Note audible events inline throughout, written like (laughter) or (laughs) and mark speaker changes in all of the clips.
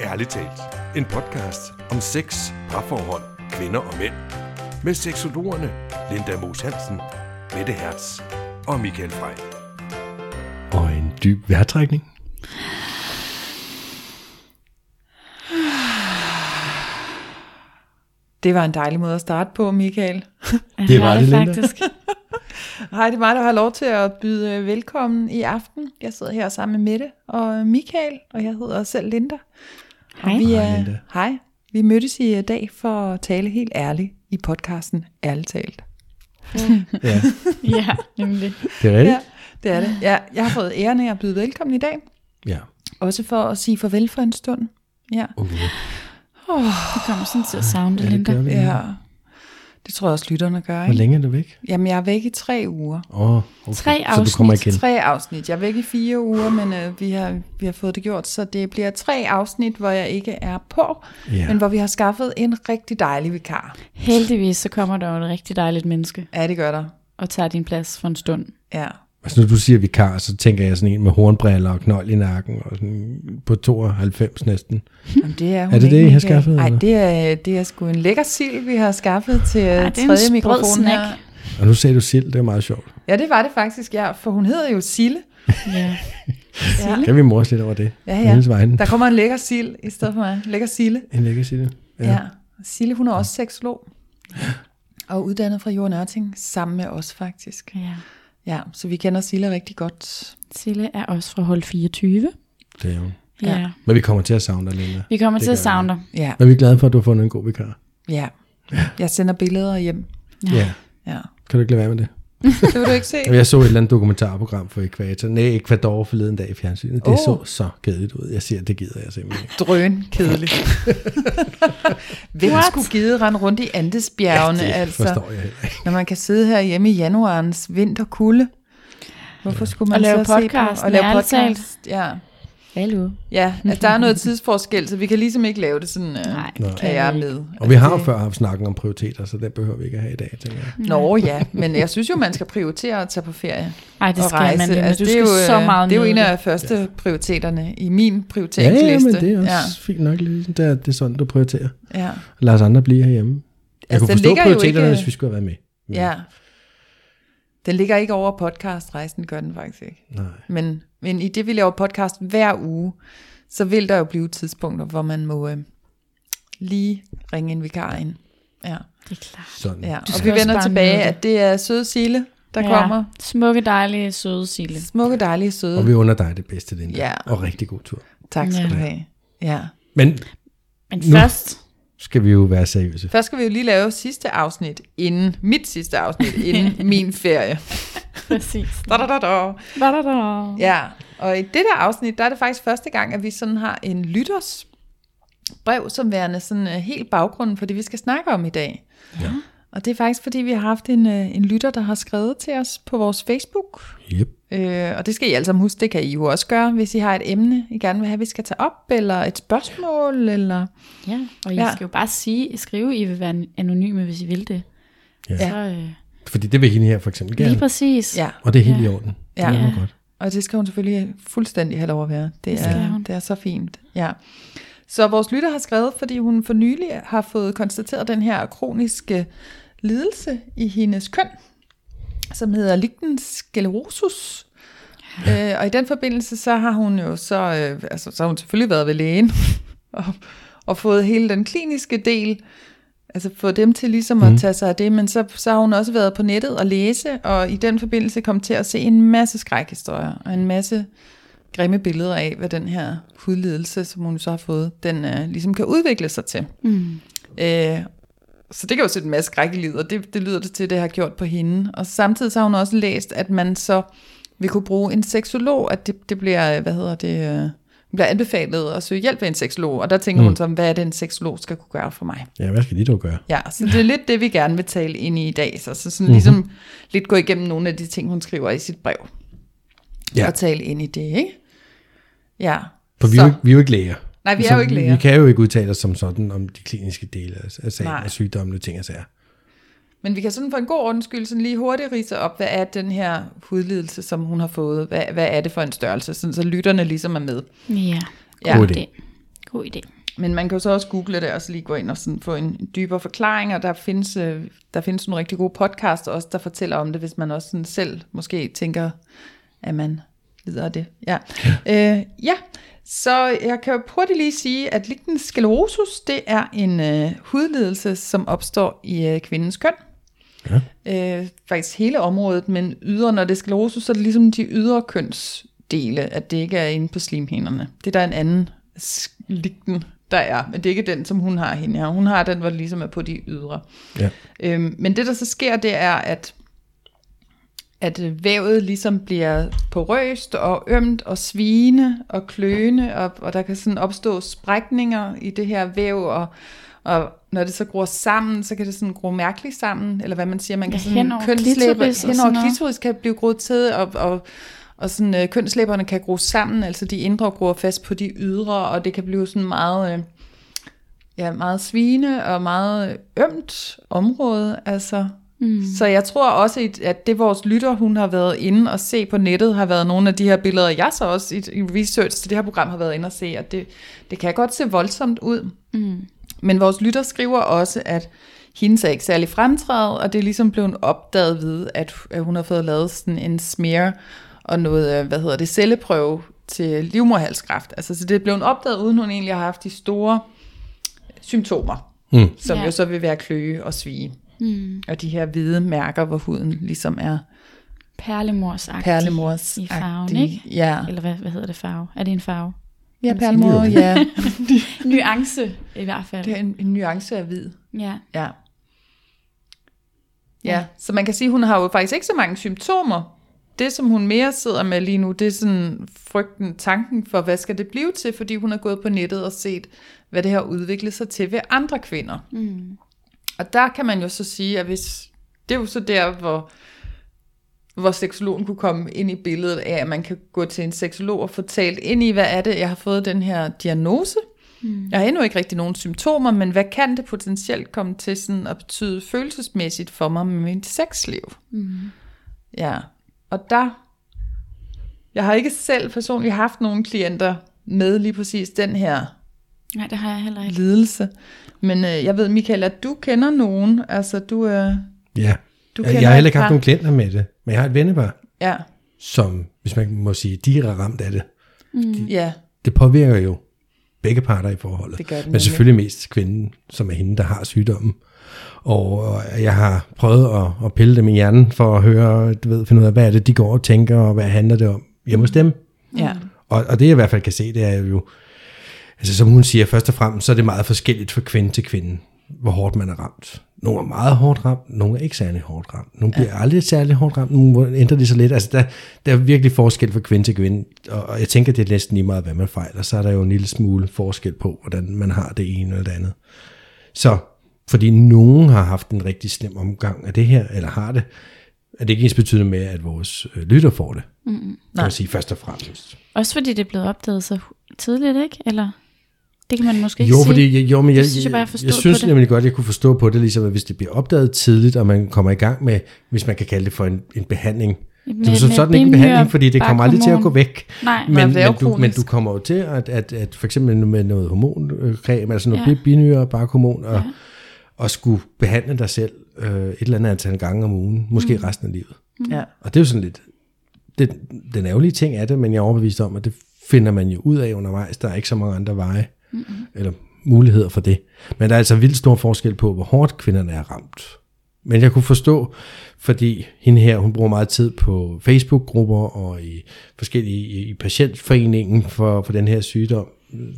Speaker 1: Ærligt talt. En podcast om sex, parforhold, kvinder og mænd. Med seksologerne Linda Moos Hansen, Mette Hertz og Michael Frey.
Speaker 2: Og en dyb vejrtrækning.
Speaker 3: Det var en dejlig måde at starte på, Michael.
Speaker 2: Det var det, Linda.
Speaker 4: faktisk.
Speaker 3: Hej, det er mig, der har lov til at byde øh, velkommen i aften. Jeg sidder her sammen med Mette og øh, Michael, og jeg hedder selv Linda. Og
Speaker 4: Hej.
Speaker 3: Vi
Speaker 2: Hej,
Speaker 3: er,
Speaker 2: Linda.
Speaker 3: hej. Vi mødtes i øh, dag for at tale helt ærligt i podcasten Ærligt talt.
Speaker 2: Ja,
Speaker 4: ja, nemlig.
Speaker 2: det er rigtigt.
Speaker 3: Ja, det er det. Ja, jeg har fået æren af at byde velkommen i dag.
Speaker 2: Ja.
Speaker 3: Også for at sige farvel for en stund. Ja.
Speaker 2: Okay.
Speaker 4: Du kommer sådan til at savne det,
Speaker 2: Ja, det
Speaker 4: Linda.
Speaker 2: gør vi.
Speaker 3: ja. Det tror jeg også, lytterne gør.
Speaker 2: Hvor
Speaker 3: Ikke?
Speaker 2: længe er du væk?
Speaker 3: Jamen, jeg er væk i tre uger.
Speaker 2: Åh, okay.
Speaker 4: Tre
Speaker 2: Så du kommer
Speaker 4: afsnit.
Speaker 2: igen.
Speaker 3: Tre afsnit. Jeg er væk i fire uger, men øh, vi, har, vi har fået det gjort, så det bliver tre afsnit, hvor jeg ikke er på,
Speaker 2: Ja.
Speaker 3: ja. men hvor vi har skaffet en rigtig dejlig vikar.
Speaker 4: Heldigvis så kommer der jo et rigtig dejligt menneske
Speaker 3: Ja, det gør der.
Speaker 4: og tager din plads for en stund.
Speaker 3: Ja.
Speaker 2: Altså, når du siger vikar, så tænker jeg sådan en med hornbriller og knold i nakken og sådan på 92 næsten.
Speaker 3: Jamen, det er, hun
Speaker 2: Hm? Er det
Speaker 3: ikke,
Speaker 2: det, I har
Speaker 3: Michael.
Speaker 2: skaffet,
Speaker 3: Ej,
Speaker 2: eller?
Speaker 3: det er, det er sgu en lækker sild, vi har skaffet til Ej,
Speaker 4: Ej, det er en
Speaker 3: tredje
Speaker 4: sprød
Speaker 3: mikrofon
Speaker 4: snack.
Speaker 3: her.
Speaker 2: Og nu sagde du sild, det er meget sjovt.
Speaker 3: Ja, det var det faktisk, ja, for hun hedder jo Sille.
Speaker 4: Ja.
Speaker 3: Ja,
Speaker 2: Kan vi morse lidt over det?
Speaker 3: ja.
Speaker 2: På hendes vegne.
Speaker 3: ja. Der kommer en lækker sild i stedet for mig. Lækker Sille.
Speaker 2: En lækker sild.
Speaker 3: Ja. ja. Sille, hun er også seksolog. Og uddannet fra Jorden Ørting, sammen med os faktisk.
Speaker 4: ja.
Speaker 3: Ja, så vi kender Silla rigtig godt.
Speaker 4: Sille er også fra hold 24.
Speaker 2: Det er hun.
Speaker 4: Ja.
Speaker 3: Ja.
Speaker 2: Men vi kommer til at savne dig, Linda.
Speaker 4: Vi kommer
Speaker 2: Det
Speaker 4: til at
Speaker 2: gør
Speaker 4: savne dig.
Speaker 3: Ja,
Speaker 2: Men vi er glade for, at du har fundet en god vikar.
Speaker 3: ja. Jeg sender billeder hjem.
Speaker 4: Ja.
Speaker 2: Ja.
Speaker 3: Ja.
Speaker 2: Kan du ikke lade være med det?
Speaker 3: Det vil du
Speaker 2: (laughs)
Speaker 3: ikke se.
Speaker 2: Jamen, Jeg så et eller andet dokumentarprogram for Equator. Nej, Ecuador forleden dag i fjernsynet. Det
Speaker 3: Åh.
Speaker 2: så så kedeligt ud. Jeg siger, det gider jeg simpelthen ikke.
Speaker 3: Drøn,
Speaker 2: (laughs)
Speaker 3: kedelig. Hvem skulle gide rende rundt i Andesbjergene,
Speaker 2: det
Speaker 3: ja, altså,
Speaker 2: forstår jeg heller ikke.
Speaker 3: når man kan sidde herhjemme i januarens vinterkulde? Hvorfor skulle man
Speaker 4: Og
Speaker 3: så
Speaker 4: lave
Speaker 3: se på-
Speaker 4: podcasten,
Speaker 3: og lave
Speaker 4: ærligt talt.
Speaker 3: podcast? Ja,
Speaker 4: Hallo.
Speaker 3: ja altså, der er noget tidsforskel, så vi kan ligesom ikke lave det sådan, øh,
Speaker 4: Nej,
Speaker 2: Nå.
Speaker 4: det
Speaker 3: at
Speaker 4: kan
Speaker 3: jeg er
Speaker 4: vi ikke.
Speaker 3: med.
Speaker 2: Og vi har jo før haft snakken om prioriteter, så den behøver vi ikke at have i dag, tænker jeg.
Speaker 3: Nå ja, men jeg synes jo, man skal prioritere at tage på ferie.
Speaker 4: Ej, det
Speaker 3: at
Speaker 4: skal
Speaker 3: rejse.
Speaker 4: man, Linda.
Speaker 3: Altså,
Speaker 4: Du
Speaker 3: det er
Speaker 4: skal
Speaker 3: jo,
Speaker 4: så
Speaker 3: øh,
Speaker 4: meget
Speaker 3: Det er jo
Speaker 4: nyde
Speaker 3: en
Speaker 4: det.
Speaker 3: af første prioriteterne i min
Speaker 2: Ja, ja,
Speaker 3: prioriteringsliste.
Speaker 2: men det er også ja. fint nok. Lige. Det, er, det er sådan, du prioriterer.
Speaker 3: Ja, ja.
Speaker 2: Lad os andre blive herhjemme. Jeg
Speaker 3: Altså,
Speaker 2: altså, kunne
Speaker 3: den
Speaker 2: forstå
Speaker 3: ligger jo
Speaker 2: prioriteterne,
Speaker 3: ikke-
Speaker 2: hvis vi skulle have været med. Men
Speaker 3: ja. Den ligger ikke over podcastrejsen, gør den faktisk ikke.
Speaker 2: Nej.
Speaker 3: Men, men i det, vi laver podcast hver uge, så vil der jo blive tidspunkter, hvor man må øh, lige ringe en vikar ind. Ja,
Speaker 4: Det er klart.
Speaker 2: Sådan.
Speaker 3: ja.
Speaker 4: Du
Speaker 3: Og
Speaker 4: skal
Speaker 3: vi
Speaker 4: også
Speaker 3: vender
Speaker 4: bare
Speaker 3: tilbage,
Speaker 4: nyde det.
Speaker 3: at det er søde Sille, der ja. kommer.
Speaker 4: Smukke, dejlige, søde Sille.
Speaker 3: Smukke, dejlige, søde.
Speaker 2: Og vi under dig det bedste, Linda.
Speaker 3: Ja.
Speaker 2: Og rigtig god tur.
Speaker 3: Tak skal
Speaker 4: Ja.
Speaker 3: du have. Ja.
Speaker 2: Men
Speaker 4: Men
Speaker 2: Nu. (laughs)
Speaker 4: først,
Speaker 2: skal vi jo være seriøse.
Speaker 3: Først skal vi jo lige lave sidste afsnit inden, mit sidste afsnit inden min ferie.
Speaker 4: præcis.
Speaker 3: Da, da, da, da.
Speaker 4: Da, da, da.
Speaker 3: Ja, og i det der afsnit, der er det faktisk første gang, at vi sådan har en lytters brev, som værende sådan øh, helt baggrunden for det, vi skal snakke om i dag.
Speaker 2: Ja.
Speaker 3: Og det er faktisk, fordi vi har haft en, øh, en lytter, der har skrevet til os på vores Facebook.
Speaker 2: Yep.
Speaker 3: Øh, og det skal I alle sammen huske, det kan I jo også gøre, hvis I har et emne, I gerne vil have, vi skal tage op, eller et spørgsmål, eller...
Speaker 4: Ja, og I
Speaker 3: Ja.
Speaker 4: skal jo bare sige, skrive, I vil være anonyme, hvis I vil det.
Speaker 2: Ja.
Speaker 4: Så, øh,
Speaker 2: Fordi det vil hende her for eksempel gerne.
Speaker 4: lige præcis.
Speaker 3: Ja,
Speaker 2: Og det er helt
Speaker 4: Ja.
Speaker 2: i orden.
Speaker 3: Ja.
Speaker 2: Det må man godt.
Speaker 3: og det skal hun selvfølgelig fuldstændig have lov at være. Det,
Speaker 4: skal
Speaker 3: er,
Speaker 4: hun.
Speaker 3: det er så fint, ja. Så vores lytter har skrevet, fordi hun for nylig har fået konstateret den her kroniske lidelse i hendes køn, som hedder lignen skelerosus. Øh, og i den forbindelse, så har hun jo så, øh, altså, så har hun selvfølgelig været ved lægen, (laughs) og, og fået hele den kliniske del, altså fået dem til ligesom at tage sig af det, men så, så har hun også været på nettet og læse, og i den forbindelse kom til at se en masse skrækhistorier, og en masse grimme billeder af, hvad den her hudlidelse, som hun så har fået, den øh, ligesom kan udvikle sig til.
Speaker 4: Mm.
Speaker 3: Øh, så det kan jo sætte en masse skræk i livet, og det, det lyder det til, det har gjort på hende. Og samtidig så har hun også læst, at man så vil kunne bruge en seksolog, at det, det bliver, øh, hvad hedder det, øh, bliver anbefalet at søge hjælp af en seksolog. Og der tænker mm. hun så, hvad er det, en seksolog skal kunne gøre for mig?
Speaker 2: Ja, hvad skal de dog gøre?
Speaker 3: Ja, så det er lidt det, vi gerne vil tale ind i i dag. Så, så
Speaker 2: Mhm.
Speaker 3: sådan ligesom mm-hmm. lidt gå igennem nogle af de ting, hun skriver i sit brev.
Speaker 2: Ja.
Speaker 3: Ja. Og tale ind i det, ikke? Ja.
Speaker 2: For vi er,
Speaker 3: så.
Speaker 2: jo ikke, vi er jo ikke læger.
Speaker 3: Nej, vi er
Speaker 2: Så
Speaker 3: jo ikke læger.
Speaker 2: Vi kan jo ikke udtale os som sådan om de kliniske dele af- af sagen,
Speaker 3: Nej.
Speaker 2: af sygdommene, ting og sager.
Speaker 3: Men vi kan sådan for en god ordens skyld sådan lige hurtigt rise op, hvad er den her hudlidelse, som hun har fået? Hvad, hvad er det for en størrelse? Sådan, så lytterne ligesom er med.
Speaker 4: Ja.
Speaker 3: Ja.
Speaker 2: God idé.
Speaker 4: Det. God idé.
Speaker 3: Men man kan jo så også google det, og så lige gå ind og sådan få en dybere forklaring, og der findes, øh, der findes nogle rigtig gode podcasts også, der fortæller om det, hvis man også sådan selv måske tænker, at man lider af det. Ja. Ja. Øh, ja. Så jeg kan jo hurtigt lige sige, at lignende skelerosus, det er en øh, hudlidelse, som opstår i øh, kvindens køn. Øh, faktisk hele området, men ydre, når det er sklerosus, så er det ligesom de ydre kønsdele, at det ikke er inde på slimhinderne. Det er der en anden ligten, der er, men det er ikke den, som hun har hende her. Hun har den, hvor det ligesom er på de ydre.
Speaker 2: Ja.
Speaker 3: Øhm, men det, der så sker, det er, at, at øh, vævet ligesom bliver porøst og ømt og svine og kløende, og, og der kan sådan opstå sprækninger i det her væv, og, og når det så gror sammen, så kan det sådan gro mærkeligt sammen, eller hvad man siger, man kan
Speaker 4: Ja,
Speaker 3: sådan
Speaker 4: hen over
Speaker 3: kønslæber,
Speaker 4: klitoris og
Speaker 3: hen
Speaker 4: sådan
Speaker 3: over
Speaker 4: noget.
Speaker 3: klitoris kan blive groet til, og, og, og sådan, øh, kønslæberne kan gro sammen, altså de indre gror fast på de ydre, og det kan blive sådan meget... Øh, ja, meget svine og meget ømt område, altså. Mm. Så jeg tror også, at det vores lytter, hun har været inde og se på nettet, har været nogle af de her billeder, jeg så også i, i research til det her program har været inde og se, at det, det kan godt se voldsomt ud. Mm. Men vores lytter skriver også, at hendes er ikke særlig fremtrædet, og det er ligesom blevet opdaget ved, at at hun har fået lavet sådan en smear og noget, øh, hvad hedder det, celleprøve til livmorhalskræft. Altså, så det er blevet opdaget, uden hun egentlig har haft de store symptomer, mm. som
Speaker 4: Ja.
Speaker 3: jo så vil være kløe og svige. Mm. Og de her hvide mærker, hvor huden ligesom er
Speaker 4: Perlemors
Speaker 3: perlemors
Speaker 4: I farven, ikke?
Speaker 3: Ja,
Speaker 4: Eller hvad, hvad hedder det farve? Er det en farve?
Speaker 3: ja perlemor, ja.
Speaker 4: Nuance i hvert fald.
Speaker 3: Det er en, en nuance af hvid.
Speaker 4: Ja.
Speaker 3: Ja. Ja, så man kan sige, hun har jo faktisk ikke så mange symptomer. Det, som hun mere sidder med lige nu, det er sådan frygten, tanken for, hvad skal det blive til, fordi hun har gået på nettet og set, hvad det har udviklet sig til ved andre kvinder. Mm. Og der kan man jo så sige, at hvis det er jo så der, hvor, hvor seksologen kunne komme ind i billedet af, at man kan gå til en seksolog og få talt ind i, hvad er det, jeg har fået den her diagnose. Mm. Jeg har endnu ikke rigtig nogen symptomer, men hvad kan det potentielt komme til sådan at betyde følelsesmæssigt for mig med mit sexliv? Mm. Ja, og der... Jeg har ikke selv personligt haft nogen klienter med lige præcis den her
Speaker 4: Nej, det har jeg heller ikke.
Speaker 3: lidelse. Men øh, jeg ved, Michael, at du kender nogen. Altså, du... Øh,
Speaker 2: Ja.
Speaker 3: Du
Speaker 2: Jeg, jeg
Speaker 3: kender
Speaker 2: har
Speaker 3: et
Speaker 2: heller ikke
Speaker 3: par.
Speaker 2: haft nogen klienter med det, men jeg har et vennepar,
Speaker 3: ja,
Speaker 2: som, hvis man må sige, de er ramt af det.
Speaker 3: ja,
Speaker 2: Det påvirker jo begge parter i forholdet.
Speaker 3: Det gør det
Speaker 2: men
Speaker 3: nemlig.
Speaker 2: selvfølgelig mest kvinden, som er hende, der har sygdommen. Og, og jeg har prøvet at, at pille dem i hjernen for at høre, du ved, finde ud af, hvad er det, de går og tænker, og hvad handler det om hjemme hos dem.
Speaker 3: ja,
Speaker 2: Og, og det jeg i hvert fald kan se, det er jo, altså som hun siger, først og fremmest, så er det meget forskelligt fra kvinde til kvinde, hvor hårdt man er ramt. Nogle er meget hårdt ramt, nogle er ikke særlig hårdt ramt. Nogle bliver ja. aldrig særlig hårdt ramt, nogle ændrer det sig lidt. Altså der, der er virkelig forskel fra kvinde til kvinde, og, og jeg tænker, det er næsten lige meget, hvad man fejler. Så er der jo en lille smule forskel på, hvordan man har det ene eller det andet. Så fordi nogen har haft en rigtig slem omgang af det her, eller har det, er det ikke ens betydende med, at vores øh, lytter får det. Mm-hmm. Kan man sige først og fremmest.
Speaker 4: Også fordi det er blevet opdaget så hu- tidligt, ikke? Eller det kan man måske ikke
Speaker 2: Jo,
Speaker 4: sige.
Speaker 2: fordi, jeg, jo, men jeg,
Speaker 4: Det synes jeg bare, jeg forstod
Speaker 2: jeg synes
Speaker 4: på det.
Speaker 2: nemlig godt, jeg kunne forstå på det, ligesom at hvis det bliver opdaget tidligt, og man kommer i gang med, hvis man kan kalde det for en, en behandling.
Speaker 4: Med-
Speaker 2: det er jo som
Speaker 4: med
Speaker 2: sådan ikke en
Speaker 4: bimyre,
Speaker 2: behandling, fordi det kommer aldrig til at gå
Speaker 4: bakhormon.
Speaker 2: væk.
Speaker 4: Nej,
Speaker 2: men,
Speaker 3: nej,
Speaker 2: men,
Speaker 3: det er jo
Speaker 2: du, men
Speaker 3: kronisk.
Speaker 2: du kommer jo til at, at, at for eksempel med noget hormoncreme, altså noget
Speaker 4: Ja.
Speaker 2: ja. binyre og bakhormon, og, ja. og skulle behandle dig selv øh, et eller andet antal gange om ugen, måske mm. resten af livet.
Speaker 3: ja.
Speaker 2: Og det er jo sådan lidt, det, den ærgerlige ting er det, men jeg er overbevist om, at det finder man jo ud af undervejs. Der er ikke så mange andre veje, mm-hmm. eller muligheder for det. Men der er altså vildt stor forskel på, hvor hårdt kvinderne er ramt. Men jeg kunne forstå, fordi hende her, hun bruger meget tid på Facebook-grupper og i forskellige i, i patientforeningen for, for den her sygdom.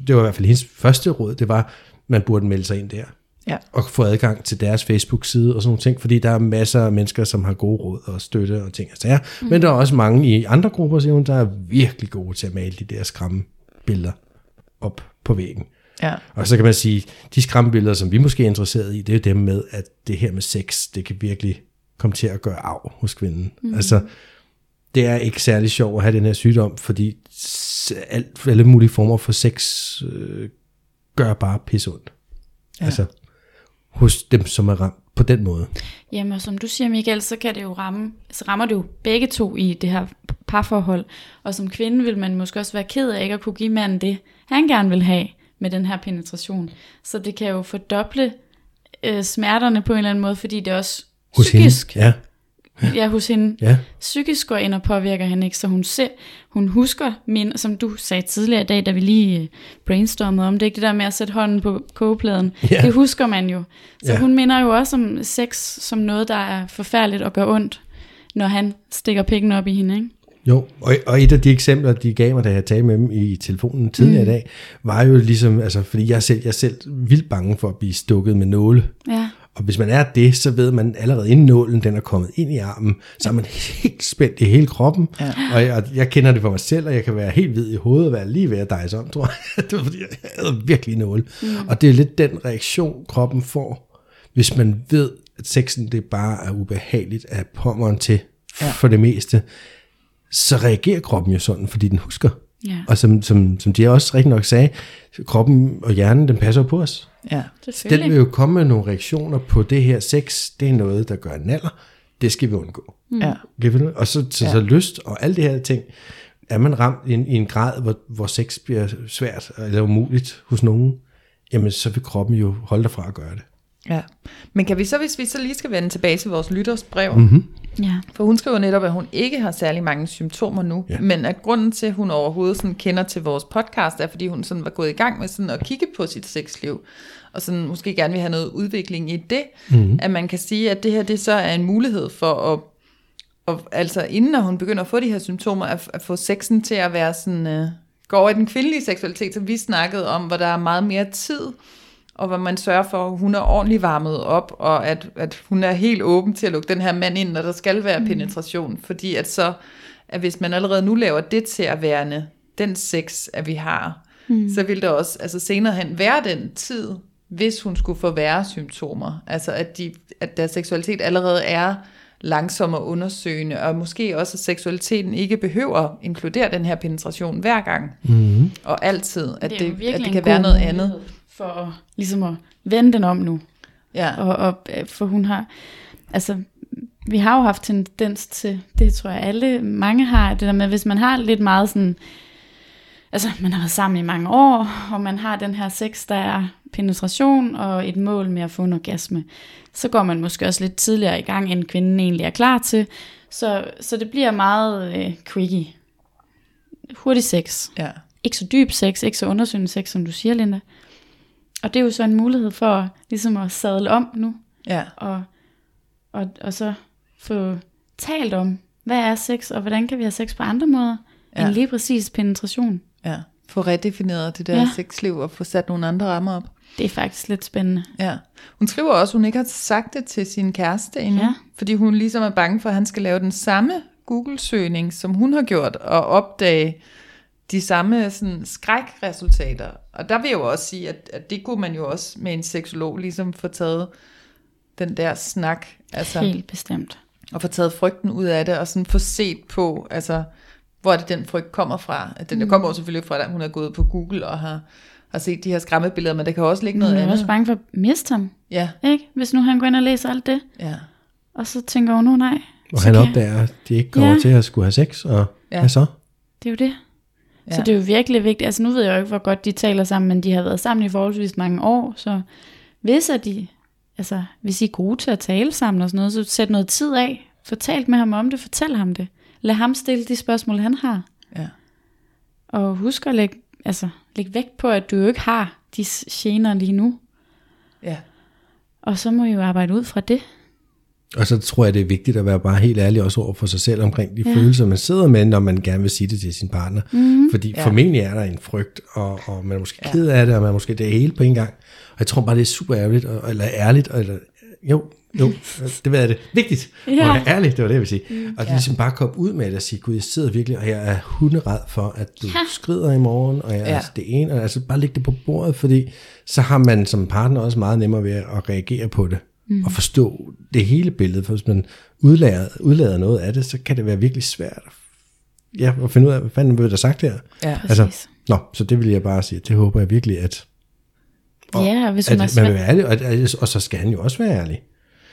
Speaker 2: Det var i hvert fald hendes første råd, det var, man burde melde sig ind der
Speaker 3: ja.
Speaker 2: og få adgang til deres Facebook-side og sådan nogle ting, fordi der er masser af mennesker, som har gode råd og støtte og ting og sager. Mm. Men der er også mange i andre grupper, siger hun, der er virkelig gode til at male de der skræmme billeder op på væggen.
Speaker 3: ja.
Speaker 2: Og så kan man sige, de skræmmebilleder, som vi måske er interesseret i, det er jo dem med, at det her med sex, det kan virkelig komme til at gøre arv hos kvinden. Mm. Altså, det er ikke særlig sjovt at have den her sygdom, fordi s- alt, alle mulige former for sex øh, gør bare pisseondt. Ja. Altså, hos dem, som er ramt på den måde.
Speaker 4: Jamen, og som du siger, Michael, så kan det jo ramme, så rammer det jo begge to i det her parforhold. Og som kvinde vil man måske også være ked af ikke at kunne give manden det, han gerne vil have. med den her penetration. Så det kan jo fordoble øh, smerterne på en eller anden måde, fordi det er også
Speaker 2: Hos
Speaker 4: psykisk.
Speaker 2: hende. Ja,
Speaker 4: Hende. Ja, hos hende.
Speaker 2: ja.
Speaker 4: Psykisk går ind og påvirker han ikke, så hun ser, hun husker, min, som du sagde tidligere i dag, da vi lige øh, brainstormede om det, ikke det der med at sætte hånden på kogepladen,
Speaker 2: Ja.
Speaker 4: det husker man jo. Så
Speaker 2: Ja.
Speaker 4: hun minder jo også om sex som noget, der er forfærdeligt og gør ondt, når han stikker pikken op i hende, ikke?
Speaker 2: Jo, og, og et af de eksempler, de gav mig, da jeg talte med dem i telefonen tidligere mm. i dag, var jo ligesom, altså, fordi jeg er selv, jeg er selv vildt bange for at blive stukket med nåle.
Speaker 4: Ja.
Speaker 2: Og hvis man er det, så ved man allerede inden nålen den er kommet ind i armen, så er man helt spændt i hele kroppen. Ja. Og, jeg, og jeg kender det for mig selv, og jeg kan være helt hvid i hovedet og være lige ved at dejse om, tror jeg. (laughs) Det var fordi, jeg havde virkelig nåle. Mm. Og det er lidt den reaktion, kroppen får, hvis man ved, at sexen det bare er ubehageligt af pommeren til ja. for det meste, så reagerer kroppen jo sådan, fordi den husker.
Speaker 4: Ja.
Speaker 2: Og som, som, som de også rigtig nok sagde, kroppen og hjernen, den passer jo på os.
Speaker 3: Ja.
Speaker 2: Den vil jo komme med nogle reaktioner på det her sex. Det er noget, der gør naller. Det skal vi undgå.
Speaker 3: ja.
Speaker 2: Kan vi nu- Og så, så, så lyst og alle de her ting. Er man ramt i en, i en grad, hvor, hvor sex bliver svært eller umuligt hos nogen, jamen så vil kroppen jo holde dig fra at gøre det.
Speaker 3: ja. Men kan vi så, hvis vi så lige skal vende tilbage til vores lyttersbrev, mm-hmm.
Speaker 4: Ja.
Speaker 3: for hun skriver netop, at hun ikke har særlig mange symptomer nu,
Speaker 2: Ja.
Speaker 3: ja. men at grunden til, at hun overhovedet sådan kender til vores podcast, er, fordi hun sådan var gået i gang med sådan at kigge på sit sexliv, og sådan måske gerne vil have noget udvikling i det, mm-hmm. at man kan sige, at det her det så er en mulighed for at og altså inden at hun begynder at få de her symptomer, at, at få sexen til at være sådan, øh, gå over i den kvindelige seksualitet, som vi snakkede om, hvor der er meget mere tid, og hvor man sørger for, at hun er ordentligt varmet op, og at, at hun er helt åben til at lukke den her mand ind, når der skal være mm. penetration, fordi at så, at hvis man allerede nu laver det til at værende, den sex, at vi har, mm. så vil der også altså senere hen være den tid, hvis hun skulle få værre symptomer, altså at, de, at deres seksualitet allerede er langsom og undersøgende, og måske også, at seksualiteten ikke behøver at inkludere den her penetration hver gang, mm. og altid, at det,
Speaker 4: jo
Speaker 3: det,
Speaker 4: virkelig
Speaker 3: at det
Speaker 4: en
Speaker 3: kan
Speaker 4: god
Speaker 3: være noget
Speaker 4: mulighed
Speaker 3: andet.
Speaker 4: For at, ligesom at vende den om nu.
Speaker 3: Ja.
Speaker 4: Og, og, øh, for hun har, altså, vi har jo haft tendens til, det tror jeg alle, mange har, det der med, hvis man har lidt meget sådan, altså man har været sammen i mange år, og man har den her sex, der er penetration og et mål med at få en orgasme, så går man måske også lidt tidligere i gang, end kvinden egentlig er klar til, så, så det bliver meget øh, quickie. Hurtig sex
Speaker 3: Ja,
Speaker 4: ikke så dyb sex, ikke så undersøgende sex, som du siger, Linda. Og det er jo så en mulighed for ligesom at sadle om nu,
Speaker 3: ja,
Speaker 4: og, og, og så få talt om, hvad er sex, og hvordan kan vi have sex på andre måder, ja.
Speaker 3: Ja.
Speaker 4: end lige præcis penetration.
Speaker 3: ja. Få redefineret det der ja.
Speaker 4: Ja.
Speaker 3: sexliv og få sat nogle andre rammer op.
Speaker 4: Det er faktisk lidt spændende.
Speaker 3: Ja. Hun skriver også, at hun ikke har sagt det til sin kæreste endnu,
Speaker 4: Ja.
Speaker 3: ja. fordi hun ligesom er bange for, at han skal lave den samme Google-søgning, som hun har gjort, og opdage de samme sådan, skrækresultater. Og der vil jeg jo også sige, at, at det kunne man jo også med en seksolog ligesom få taget den der snak, altså,
Speaker 4: Helt bestemt.
Speaker 3: og få taget frygten ud af det, og sådan få set på, altså, hvor er det den frygt kommer fra. At Den mm. kommer jo selvfølgelig fra, at hun er gået på Google og har, har set de her skræmmebilleder, men der kan jo også ligge noget
Speaker 4: Hun er
Speaker 3: andet.
Speaker 4: Mm, også bange for at miste ham,
Speaker 3: Ja,
Speaker 4: ikke? Hvis nu han går ind og læser alt det,
Speaker 3: ja.
Speaker 4: og så tænker hun, oh, nej.
Speaker 2: Og
Speaker 4: så
Speaker 2: han
Speaker 4: kan-
Speaker 2: opdager, at de ikke kommer ja.
Speaker 4: Ja.
Speaker 2: til at skulle have sex, og ja.
Speaker 3: Ja.
Speaker 2: hvad så?
Speaker 4: Det er jo det. Ja. Så
Speaker 3: Ja.
Speaker 4: det er jo virkelig vigtigt. Altså nu ved jeg jo ikke, hvor godt de taler sammen, men de har været sammen i forholdsvis mange år, så hvis at de, altså hvis I er gode til at tale sammen og sådan noget, så sæt noget tid af. Fortal med ham om det, fortæl ham det. Lad ham stille de spørgsmål, han har.
Speaker 3: Ja.
Speaker 4: Og husk at lægge, altså, læg vægt på, at du jo ikke har de s- gener lige nu.
Speaker 3: Ja,
Speaker 4: Og så må I jo arbejde ud fra det.
Speaker 2: Og så tror jeg, det er vigtigt at være bare helt ærlig også over for sig selv omkring de ja.
Speaker 4: Ja.
Speaker 2: følelser, man sidder med, når man gerne vil sige det til sin partner. Mm-hmm. Fordi ja.
Speaker 3: Ja.
Speaker 2: formentlig er der en frygt, og, og man er måske
Speaker 3: Ja.
Speaker 2: ked af det, og man er måske det hele på en gang. Og jeg tror bare, det er super ærgerligt, og, eller ærligt, og- eller jo, jo, det var det. Vigtigt. Ja.
Speaker 4: Ja.
Speaker 2: Og ærligt, det var det, jeg ville sige. Mm, og ja. ligesom bare komme ud med det og sige, gud, jeg sidder virkelig, og jeg er hunderad for, at du skrider i morgen, og jeg ja.
Speaker 3: Ja.
Speaker 2: altså, det ene, og altså bare lægge det på bordet, fordi så har man som partner også meget nemmere ved at reagere på det, mm. og forstå det hele billede, for hvis man udlader, udlader noget af det, så kan det være virkelig svært at- ja, at finde ud af, hvad fanden blev der sagt her?
Speaker 3: ja,
Speaker 2: Altså, nå, så det vil jeg bare sige, det håber jeg virkelig, at,
Speaker 4: ja, og hvis
Speaker 2: at man
Speaker 4: hun er
Speaker 2: vil
Speaker 4: svært.
Speaker 2: være ærlig, og, at- og så skal han jo også være ærlig.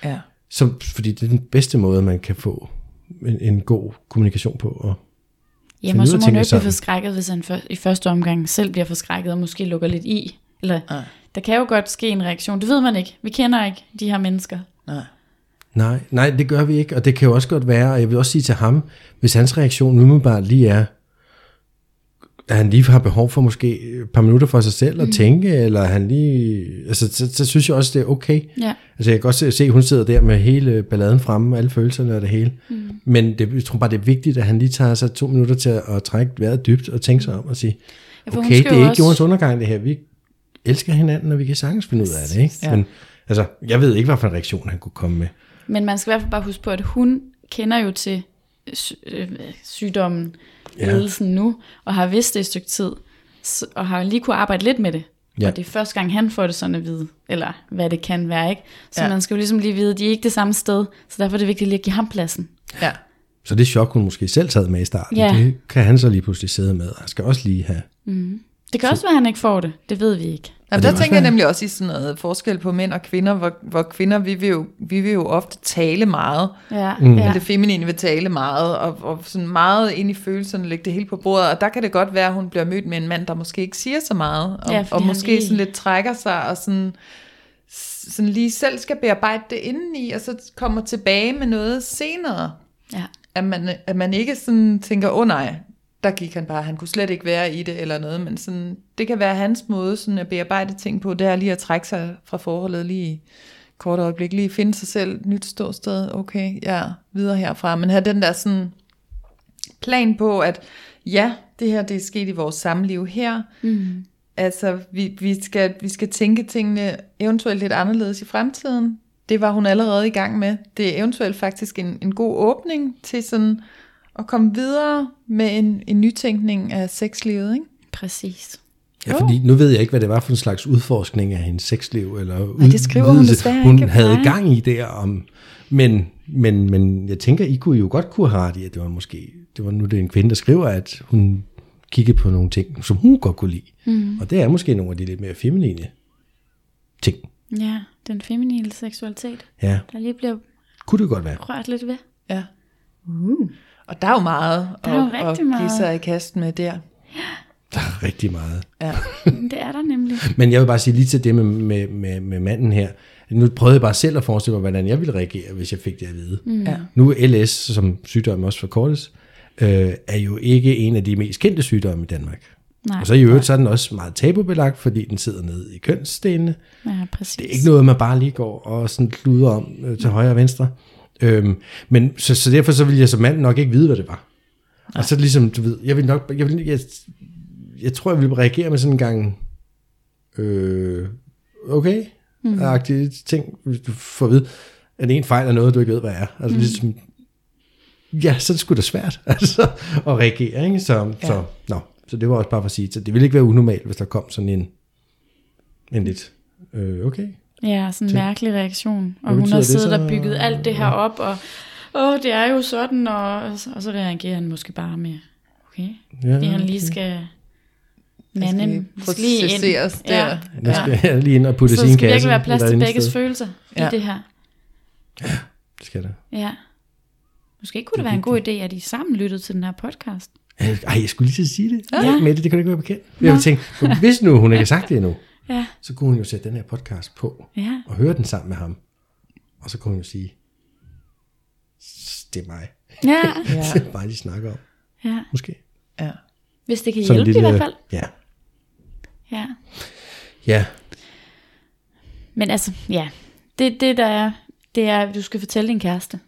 Speaker 3: ja.
Speaker 2: Så, fordi det er den bedste måde, man kan få en, en god kommunikation på, og
Speaker 4: Jamen, og
Speaker 2: ud
Speaker 4: så
Speaker 2: af
Speaker 4: må han
Speaker 2: tingene
Speaker 4: jo ikke blive
Speaker 2: sammen.
Speaker 4: forskrækket, hvis han for, i første omgang selv bliver forskrækket og måske lukker lidt i. Eller,
Speaker 3: Nej.
Speaker 4: der kan jo godt ske en reaktion. Det ved man ikke. Vi kender ikke de her mennesker.
Speaker 3: Nej.
Speaker 2: Nej, nej, det gør vi ikke, og det kan jo også godt være, og jeg vil også sige til ham, hvis hans reaktion umiddelbart lige er, at han lige har behov for måske et par minutter for sig selv at tænke, eller han lige, altså så, så synes jeg også, det er okay.
Speaker 4: Ja.
Speaker 2: Altså jeg kan godt se, se, hun sidder der med hele balladen fremme, alle følelserne og det hele, mm. men det, jeg tror bare, det er vigtigt, at han lige tager sig to minutter til at, at trække vejret dybt og tænke sig om og sige,
Speaker 4: Ja, for hun
Speaker 2: okay,
Speaker 4: skal
Speaker 2: det er
Speaker 4: jo
Speaker 2: ikke
Speaker 4: også-
Speaker 2: også... jordens undergang det her, vi elsker hinanden, og vi kan sagtens finde ud af det, ikke?
Speaker 3: Ja.
Speaker 2: Men altså, jeg ved ikke, hvad for en reaktion han kunne komme med.
Speaker 4: Men man skal i hvert fald bare huske på, at hun kender jo til sy- øh, sygdommen,
Speaker 2: Ja.
Speaker 4: ja. lidelsen nu, og har vidst det et stykke tid, s- og har lige kunne arbejde lidt med det.
Speaker 2: Ja.
Speaker 4: Ja. Og det er første gang, han får det sådan at vide, eller hvad det kan være, ikke? Så
Speaker 3: Ja.
Speaker 4: ja. man skal jo ligesom lige vide, at de er ikke det samme sted, så derfor er det vigtigt lige at give ham pladsen.
Speaker 3: Ja.
Speaker 2: Så det chok, hun måske selv sad med i starten,
Speaker 4: Ja.
Speaker 2: det kan han så lige pludselig sidde med. Han skal også lige have...
Speaker 4: Det kan også være, at han ikke får det. Det ved vi ikke.
Speaker 3: Jamen,
Speaker 2: det
Speaker 3: der
Speaker 2: også
Speaker 3: tænker jeg
Speaker 2: være-
Speaker 3: nemlig også i sådan noget forskel på mænd og kvinder, hvor, hvor kvinder, vi vil, jo, vi vil jo ofte tale meget,
Speaker 4: Ja, mm.
Speaker 3: ja.
Speaker 4: ja.
Speaker 3: det feminine vil tale meget, og, og sådan meget ind i følelserne, lægge det hele på bordet, og der kan det godt være, at hun bliver mødt med en mand, der måske ikke siger så meget, og,
Speaker 4: Ja,
Speaker 3: ja,
Speaker 4: fordi
Speaker 3: og
Speaker 4: han
Speaker 3: måske
Speaker 4: lige-
Speaker 3: sådan lidt trækker sig, og sådan, sådan lige selv skal bearbejde det indeni, og så kommer tilbage med noget senere,
Speaker 4: ja.
Speaker 3: at man, at man ikke sådan tænker, åh oh, nej, der gik han bare, han kunne slet ikke være i det eller noget, men sådan, det kan være hans måde sådan at bearbejde ting på, det er lige at trække sig fra forholdet lige i et kort øjeblik, lige finde sig selv, nyt ståsted, okay, jeg er videre herfra, men have den der sådan plan på, at ja, det her det er sket i vores samliv her,
Speaker 4: Mm.
Speaker 3: altså vi, vi, skal, vi skal tænke tingene eventuelt lidt anderledes i fremtiden. Det var hun allerede i gang med. Det er eventuelt faktisk en, en god åbning til sådan at komme videre med en, en nytænkning af sexlivet, ikke?
Speaker 4: Præcis.
Speaker 2: Ja, fordi nu ved jeg ikke, hvad det var for en slags udforskning af hendes sexliv, eller
Speaker 3: Nej, det skriver hun desværre
Speaker 2: hun
Speaker 3: ikke.
Speaker 2: havde
Speaker 4: Nej.
Speaker 2: gang i der om... Men, men, men jeg tænker, I kunne jo godt kunne have ret i, at det var måske... Det var nu det er en kvinde, der skriver, at hun kiggede på nogle ting, som hun godt kunne lide. Mm. Og det er måske nogle af de lidt mere feminine ting.
Speaker 4: Ja, den feminine seksualitet,
Speaker 2: Ja,
Speaker 4: der lige bliver
Speaker 2: kunne det godt være.
Speaker 4: rørt lidt ved.
Speaker 3: Ja. Og der er jo meget
Speaker 4: Mm. Der er jo
Speaker 3: at, at
Speaker 4: rigtig meget.
Speaker 3: give sig i kast med der.
Speaker 2: Der er rigtig meget.
Speaker 3: Ja.
Speaker 4: Det er der nemlig.
Speaker 2: Men jeg vil bare sige lige til det med, med, med, med manden her. Nu prøvede jeg bare selv at forestille mig, hvordan jeg ville reagere, hvis jeg fik det at vide. Mm.
Speaker 3: Ja.
Speaker 2: Nu er LS, som sygdommen også forkortes, øh, er jo ikke en af de mest kendte sygdomme i Danmark.
Speaker 4: Nej.
Speaker 2: Og så i øvrigt, så er den også meget tabubelagt, fordi den sidder nede i kønsstenene.
Speaker 4: Ja, præcis.
Speaker 2: Det er ikke noget, man bare lige går og sådan kluder om øh, til højre og venstre. Øhm, men så, så derfor så ville jeg som mand nok ikke vide, hvad det var. Nej. Og så ligesom, du ved, jeg vil nok, jeg, vil, jeg, jeg tror, jeg ville reagere med sådan en gang, øh, okay, mm. agtige ting, hvis du får at vide, at en fejl er noget, du ikke ved, hvad er. Altså mm. ligesom, ja, så er det sgu da svært (laughs) altså, at reagere, ikke? Så, ja. så, nå, så det var også bare for at sige, så det ville ikke være unormalt, hvis der kom sådan en, en lidt, øh, okay,
Speaker 4: Ja, sådan en mærkelig reaktion.
Speaker 2: Hvad
Speaker 4: Og hun
Speaker 2: betyder
Speaker 4: har
Speaker 2: det
Speaker 4: siddet
Speaker 2: så?
Speaker 4: og bygget alt det her op, og åh, det er jo sådan, og, og så reagerer han måske bare med, okay,
Speaker 2: Ja,
Speaker 4: det han lige skal mande
Speaker 3: skal
Speaker 4: måske lige ind.
Speaker 3: processeres der.
Speaker 4: Ja.
Speaker 2: Nu skal jeg lige ind og putte
Speaker 4: Så
Speaker 2: sin
Speaker 4: der
Speaker 2: kasse.
Speaker 4: skal virkelig være plads
Speaker 2: et
Speaker 4: til
Speaker 2: eller andet
Speaker 4: begges
Speaker 2: sted.
Speaker 4: følelser
Speaker 3: Ja.
Speaker 4: i det her.
Speaker 2: Det skal der.
Speaker 4: Ja. Måske kunne det være en god idé, at I sammen lyttede til den her podcast.
Speaker 2: Ej, jeg skulle lige til at sige det.
Speaker 4: Ja.
Speaker 2: Ja. Mette, det kan du ikke være bekendt. Jeg tænkte, hvis nu hun ikke har sagt det endnu,
Speaker 4: Ja,
Speaker 2: så kunne hun jo sætte den her podcast på
Speaker 4: ja.
Speaker 2: og høre den sammen med ham. Og så kunne hun jo sige, "S- det er mig.
Speaker 4: Ja,
Speaker 2: (laughs) Ja. det er mig, de snakker om.
Speaker 4: ja.
Speaker 2: Måske.
Speaker 3: Ja.
Speaker 4: Hvis det kan
Speaker 2: Sådan
Speaker 4: hjælpe i hvert fald.
Speaker 2: Ja.
Speaker 4: Ja.
Speaker 2: Ja,
Speaker 4: Men altså, ja. Det, det der er, det er, at du skal fortælle din kæreste.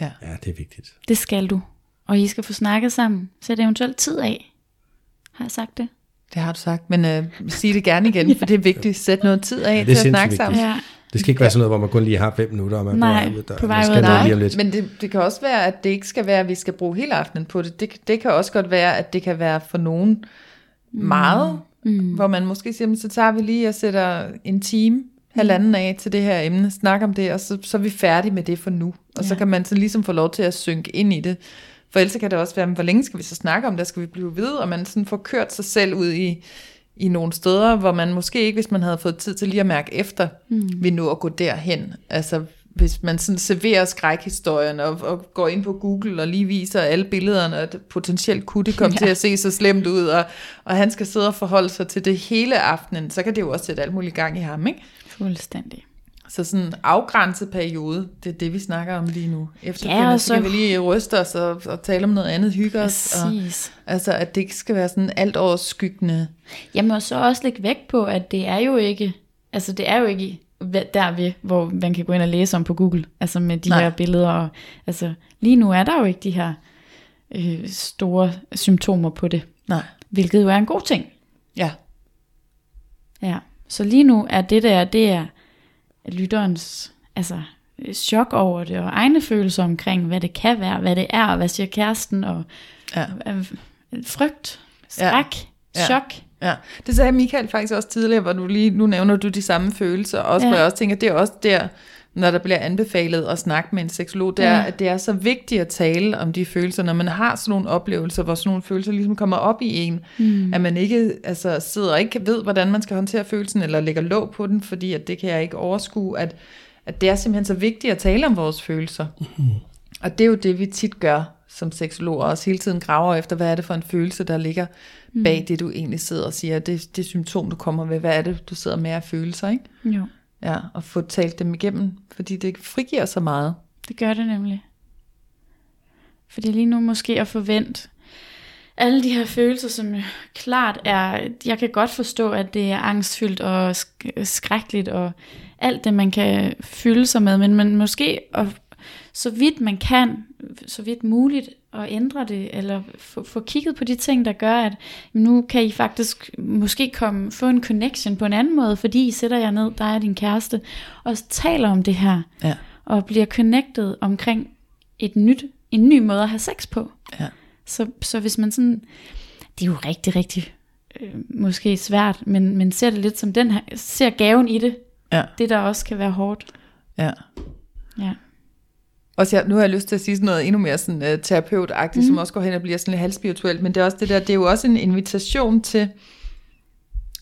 Speaker 3: ja.
Speaker 2: ja, det er vigtigt.
Speaker 4: Det skal du. Og I skal få snakket sammen. Sæt eventuelt tid af. Har jeg sagt det?
Speaker 3: Det har du sagt, men øh, sig det gerne igen, for det er vigtigt. Sæt noget tid af
Speaker 2: er
Speaker 3: ja, til at
Speaker 2: sindssygt
Speaker 3: snakke sammen.
Speaker 2: vigtigt. Det skal ikke være sådan noget, hvor man kun lige har fem minutter, og man
Speaker 4: Nej,
Speaker 2: går ud af døren,
Speaker 4: på vej
Speaker 2: og
Speaker 4: ud
Speaker 2: skal
Speaker 4: af
Speaker 2: noget
Speaker 4: døren.
Speaker 2: lige om lidt.
Speaker 3: Men det, det kan også være, at det ikke skal være, at vi skal bruge hele aftenen på det. Det, det kan også godt være, at det kan være for nogen meget, mm. hvor man måske siger, "Men så tager vi lige og sætter en time, halvanden af til det her emne, snakker om det, og så, så er vi færdige med det for nu. Og ja. så
Speaker 4: Ja.
Speaker 3: kan man så ligesom få lov til at synke ind i det. For ellers så kan det også være, "Men hvor længe skal vi så snakke om det, skal vi blive ved, og man sådan får kørt sig selv ud i, i nogle steder, hvor man måske ikke, hvis man havde fået tid til lige at mærke efter, mm. ville nå at gå derhen. Altså, hvis man sådan serverer skrækhistorien og, og går ind på Google og lige viser alle billederne, at potentielt kunne det
Speaker 4: (laughs)
Speaker 3: komme ja. til at se så slemt ud, og, og han skal sidde og forholde sig til det hele aftenen, så kan det jo også sætte alt muligt gang i ham, ikke?
Speaker 4: Fuldstændig.
Speaker 3: Så sådan en afgrænset periode, det er det, vi snakker om lige nu. Efterfølgende
Speaker 4: Ja,
Speaker 3: ja,
Speaker 4: og
Speaker 3: så...
Speaker 4: så-
Speaker 3: kan vi lige ryste os og, og tale om noget andet, hygge os. Og,
Speaker 4: Præcis.
Speaker 3: altså, at det ikke skal være sådan alt overskyggende.
Speaker 4: Jamen og så også lægge vægt på, at det er jo ikke, altså det er jo ikke hva- derved, hvor man kan gå ind og læse om på Google, altså med de
Speaker 3: Nej.
Speaker 4: Nej. her billeder. Og, altså lige nu er der jo ikke de her øh, store symptomer på det,
Speaker 3: Nej.
Speaker 4: hvilket jo er en god ting.
Speaker 3: Ja.
Speaker 4: Ja. Så lige nu er det der, det er lytterens altså, øh, chok over det, og egne følelser omkring, hvad det kan være, hvad det er, og hvad siger kæresten, og
Speaker 3: Ja.
Speaker 4: øh, frygt, skræk,
Speaker 3: Ja.
Speaker 4: ja. chok.
Speaker 3: Ja, det sagde Michael faktisk også tidligere, hvor du lige, nu nævner du de samme følelser, også, ja.
Speaker 4: Ja.
Speaker 3: hvor jeg også tænker, det er også der, når der bliver anbefalet at snakke med en seksolog, det er,
Speaker 4: Ja.
Speaker 3: at det er så vigtigt at tale om de følelser, når man har sådan nogle oplevelser, hvor sådan nogle følelser ligesom kommer op i en, mm. at man ikke altså, sidder og ikke ved, hvordan man skal håndtere følelsen, eller lægger låg på den, fordi at det kan jeg ikke overskue, at, at det er simpelthen så vigtigt at tale om vores følelser. Og det er jo det, vi tit gør som seksologer, også hele tiden graver efter, hvad er det for en følelse, der ligger bag det, du egentlig sidder og siger, det, det symptom, du kommer med, hvad er det, du sidder med af følelser, ikke?
Speaker 4: Jo,
Speaker 3: Ja, og få talt dem igennem, fordi det frigiver så meget.
Speaker 4: det gør det nemlig. Fordi lige nu måske at forvente alle de her følelser, som jo klart er, jeg kan godt forstå, at det er angstfyldt og sk- skrækkeligt og alt det, man kan fylde sig med, men man måske at, så vidt man kan, så vidt muligt at ændre det, eller få, få kigget på de ting, der gør, at nu kan I faktisk måske komme, få en connection på en anden måde, fordi I sætter jer ned, dig og din kæreste, og taler om det her
Speaker 3: Ja,
Speaker 4: og bliver connected omkring et nyt, en ny måde at have sex på.
Speaker 3: ja.
Speaker 4: Så, så hvis man sådan, det er jo rigtig, rigtig øh, måske svært, men, men ser det lidt som den her, ser gaven i det,
Speaker 3: Ja,
Speaker 4: det der også kan være hårdt.
Speaker 3: ja.
Speaker 4: Ja,
Speaker 3: Også jeg, nu har jeg lyst til at sige sådan noget endnu mere sådan, øh, terapeutagtigt, mm. som også går hen og bliver sådan lidt halvspirituelt, men det er også det der, det er jo også en invitation til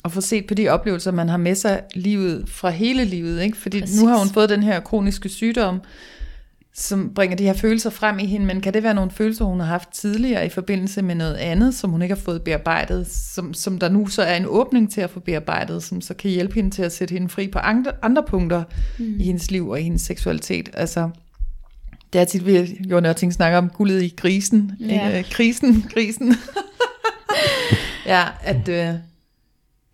Speaker 3: at få set på de oplevelser, man har med sig livet fra hele livet, ikke? Fordi Præcis.
Speaker 4: Præcis.
Speaker 3: nu har hun fået den her kroniske sygdom, som bringer de her følelser frem i hende, men kan det være nogle følelser, hun har haft tidligere i forbindelse med noget andet, som hun ikke har fået bearbejdet, som, som der nu så er en åbning til at få bearbejdet, som så kan hjælpe hende til at sætte hende fri på andre, andre punkter mm. i hendes liv og i hendes seksualitet. Altså, det er tit, vi Jørgen Ørting snakker om guldet i grisen.
Speaker 4: Ja.
Speaker 3: Ikke? Øh, Krisen, krisen. (laughs) ja, at, øh,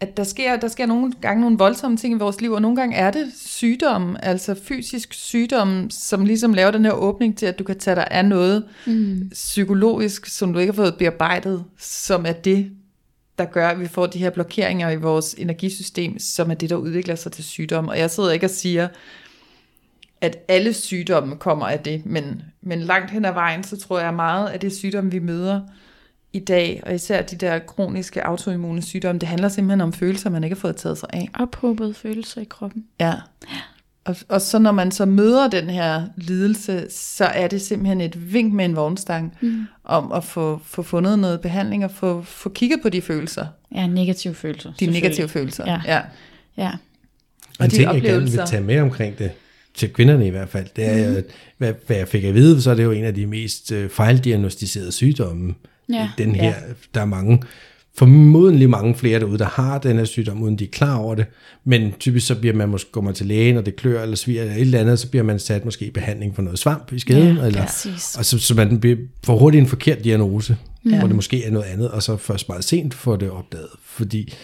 Speaker 3: at der, sker, der sker nogle gange nogle voldsomme ting i vores liv, og nogle gange er det sygdom, altså fysisk sygdom, som ligesom laver den her åbning til, at du kan tage dig af noget mm. psykologisk, som du ikke har fået bearbejdet, som er det, der gør, at vi får de her blokeringer i vores energisystem, som er det, der udvikler sig til sygdom. Og jeg sidder ikke og siger, at alle sygdomme kommer af det, men, men langt hen ad vejen, så tror jeg meget, at det sygdom, vi møder i dag, og især de der kroniske autoimmune sygdomme, det handler simpelthen om følelser, man ikke har fået taget sig af.
Speaker 4: ophobede følelser i kroppen.
Speaker 3: Ja. Og, og så når man så møder den her lidelse, så er det simpelthen et vink med en vognstang mm. om at få, få fundet noget behandling og få, få kigget på de følelser,
Speaker 4: Ja, negative følelser.
Speaker 3: de
Speaker 4: selvfølgelig.
Speaker 3: negative følelser.
Speaker 4: Ja.
Speaker 3: Ja.
Speaker 4: Ja,
Speaker 2: Og en
Speaker 3: de
Speaker 2: ting, jeg gerne vil
Speaker 3: oplevelser.
Speaker 2: tage med omkring det, til kvinderne i hvert fald, det er, mm. hvad, hvad jeg fik at vide, så er det jo en af de mest øh, fejldiagnostiserede sygdomme.
Speaker 4: Ja.
Speaker 2: Den her, der er mange, formodentlig mange flere derude, der har den her sygdom, uden de er klar over det. Men typisk så bliver man måske, går man til lægen, og det klør eller sviger eller et eller andet, så bliver man sat måske i behandling for noget svamp i skeden.
Speaker 4: Ja,
Speaker 2: eller,
Speaker 4: præcis.
Speaker 2: og så, så man bliver- får hurtigt en forkert diagnose, hvor det måske er noget andet, og så først meget sent får det opdaget. Fordi